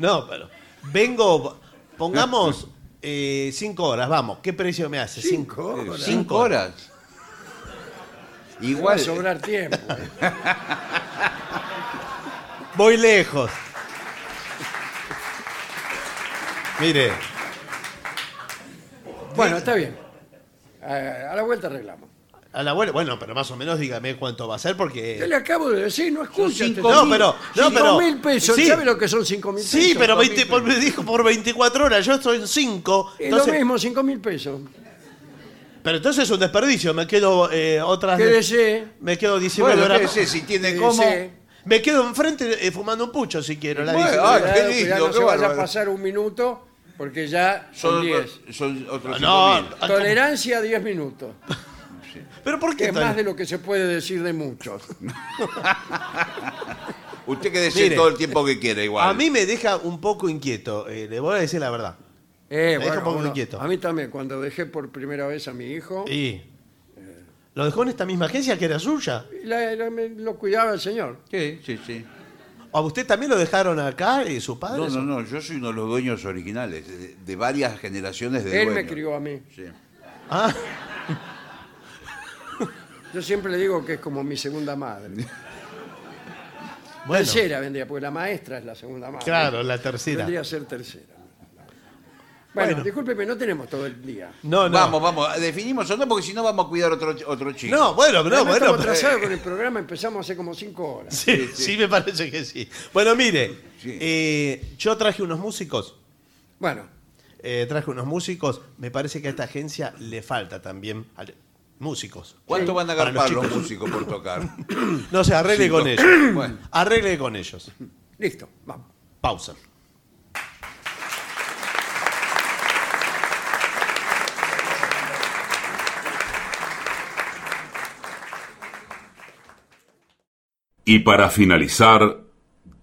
[SPEAKER 3] No, pero. Vengo, pongamos eh, cinco horas, vamos. ¿Qué precio me hace?
[SPEAKER 2] Cinco horas.
[SPEAKER 5] Cinco horas.
[SPEAKER 2] Va a
[SPEAKER 5] Igual.
[SPEAKER 2] sobrar tiempo. eh.
[SPEAKER 3] Voy lejos. Mire,
[SPEAKER 2] bueno, está bien. Eh, a la vuelta arreglamos.
[SPEAKER 3] a la vuelta, bueno, pero más o menos dígame cuánto va a ser
[SPEAKER 2] Yo
[SPEAKER 3] porque.
[SPEAKER 2] le acabo de decir, no escucha.
[SPEAKER 3] Eh.
[SPEAKER 2] este
[SPEAKER 3] cinco No, mil. pero- no,
[SPEAKER 2] Cinco
[SPEAKER 3] pero-
[SPEAKER 2] mil pesos.
[SPEAKER 3] sí.
[SPEAKER 2] ¿Sabe lo que son cinco mil pesos?
[SPEAKER 3] Sí, pero
[SPEAKER 2] Dos mil
[SPEAKER 3] 20,
[SPEAKER 2] pesos.
[SPEAKER 3] por, me dijo por 24 horas, yo estoy en 5.
[SPEAKER 2] Es lo mismo, cinco mil pesos.
[SPEAKER 3] Pero entonces es un desperdicio, me quedo eh, otras.
[SPEAKER 2] Quédese.
[SPEAKER 3] Me quedo 19
[SPEAKER 5] Bueno,
[SPEAKER 3] horas.
[SPEAKER 5] fíjese, si tiene
[SPEAKER 2] Sí,
[SPEAKER 5] como.
[SPEAKER 2] sí.
[SPEAKER 3] Me quedo enfrente eh, fumando un pucho si quiero. La
[SPEAKER 5] Bueno,
[SPEAKER 3] dice.
[SPEAKER 5] ah,
[SPEAKER 2] Cuidado,
[SPEAKER 5] qué
[SPEAKER 2] cuidado,
[SPEAKER 5] lindo,
[SPEAKER 2] no
[SPEAKER 5] qué
[SPEAKER 2] se vaya a
[SPEAKER 5] bárbaro.
[SPEAKER 2] pasar un minuto porque ya son
[SPEAKER 5] Son,
[SPEAKER 2] 10.
[SPEAKER 5] son otros
[SPEAKER 3] no,
[SPEAKER 5] cinco mil.
[SPEAKER 3] ah,
[SPEAKER 2] Tolerancia 10 minutos,
[SPEAKER 3] pero ¿por
[SPEAKER 2] que
[SPEAKER 3] qué?
[SPEAKER 2] es más de lo que se puede decir de muchos.
[SPEAKER 5] Usted que desee
[SPEAKER 3] Mire.
[SPEAKER 5] todo el tiempo que quiera, igual.
[SPEAKER 3] A mí me deja un poco inquieto, eh, le voy a decir la verdad.
[SPEAKER 2] Eh,
[SPEAKER 3] Me deja un poco inquieto.
[SPEAKER 2] a mí también, cuando dejé por primera vez a mi hijo,
[SPEAKER 3] Y lo dejó en esta misma agencia que era suya.
[SPEAKER 2] la- la- me- lo cuidaba el señor.
[SPEAKER 5] Sí, sí, sí.
[SPEAKER 3] ¿A usted también lo dejaron acá y su padre?
[SPEAKER 5] No, no, no, yo soy uno de los dueños originales, de, de varias generaciones de
[SPEAKER 2] Él
[SPEAKER 5] dueños.
[SPEAKER 2] me crió a mí.
[SPEAKER 5] Sí.
[SPEAKER 3] Ah,
[SPEAKER 2] Yo siempre le digo que es como mi segunda madre.
[SPEAKER 3] bueno,
[SPEAKER 2] Tercera vendría, porque la maestra es la segunda madre.
[SPEAKER 3] claro, la tercera.
[SPEAKER 2] Vendría a ser tercera. Bueno,
[SPEAKER 3] Bueno.
[SPEAKER 2] discúlpeme, no tenemos todo el día.
[SPEAKER 3] No, no.
[SPEAKER 5] Vamos, vamos, definimos o no, porque si no vamos a cuidar otro, otro chico.
[SPEAKER 3] No, bueno, no,
[SPEAKER 2] Además,
[SPEAKER 3] bueno.
[SPEAKER 2] estamos
[SPEAKER 3] pero- eh,
[SPEAKER 2] atrasados con el programa, empezamos hace como cinco horas.
[SPEAKER 3] Sí, sí, me parece que sí. Bueno, mire,
[SPEAKER 5] Sí.
[SPEAKER 3] eh, yo traje unos músicos.
[SPEAKER 2] Bueno,
[SPEAKER 3] eh, traje unos músicos. Me parece que a esta agencia le falta también al- músicos.
[SPEAKER 5] ¿Cuánto van a
[SPEAKER 3] Para los
[SPEAKER 5] agarpar los,
[SPEAKER 3] chicos.
[SPEAKER 5] músicos por tocar?
[SPEAKER 3] No se arregle
[SPEAKER 5] Cinco.
[SPEAKER 3] con ellos.
[SPEAKER 5] Bueno.
[SPEAKER 3] Arregle con ellos.
[SPEAKER 2] listo, vamos.
[SPEAKER 3] Pausa.
[SPEAKER 6] Y para finalizar,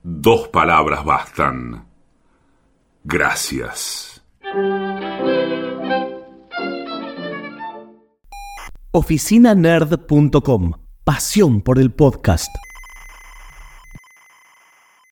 [SPEAKER 6] dos palabras bastan. Gracias.
[SPEAKER 7] oficinanerd.com pasión por el podcast.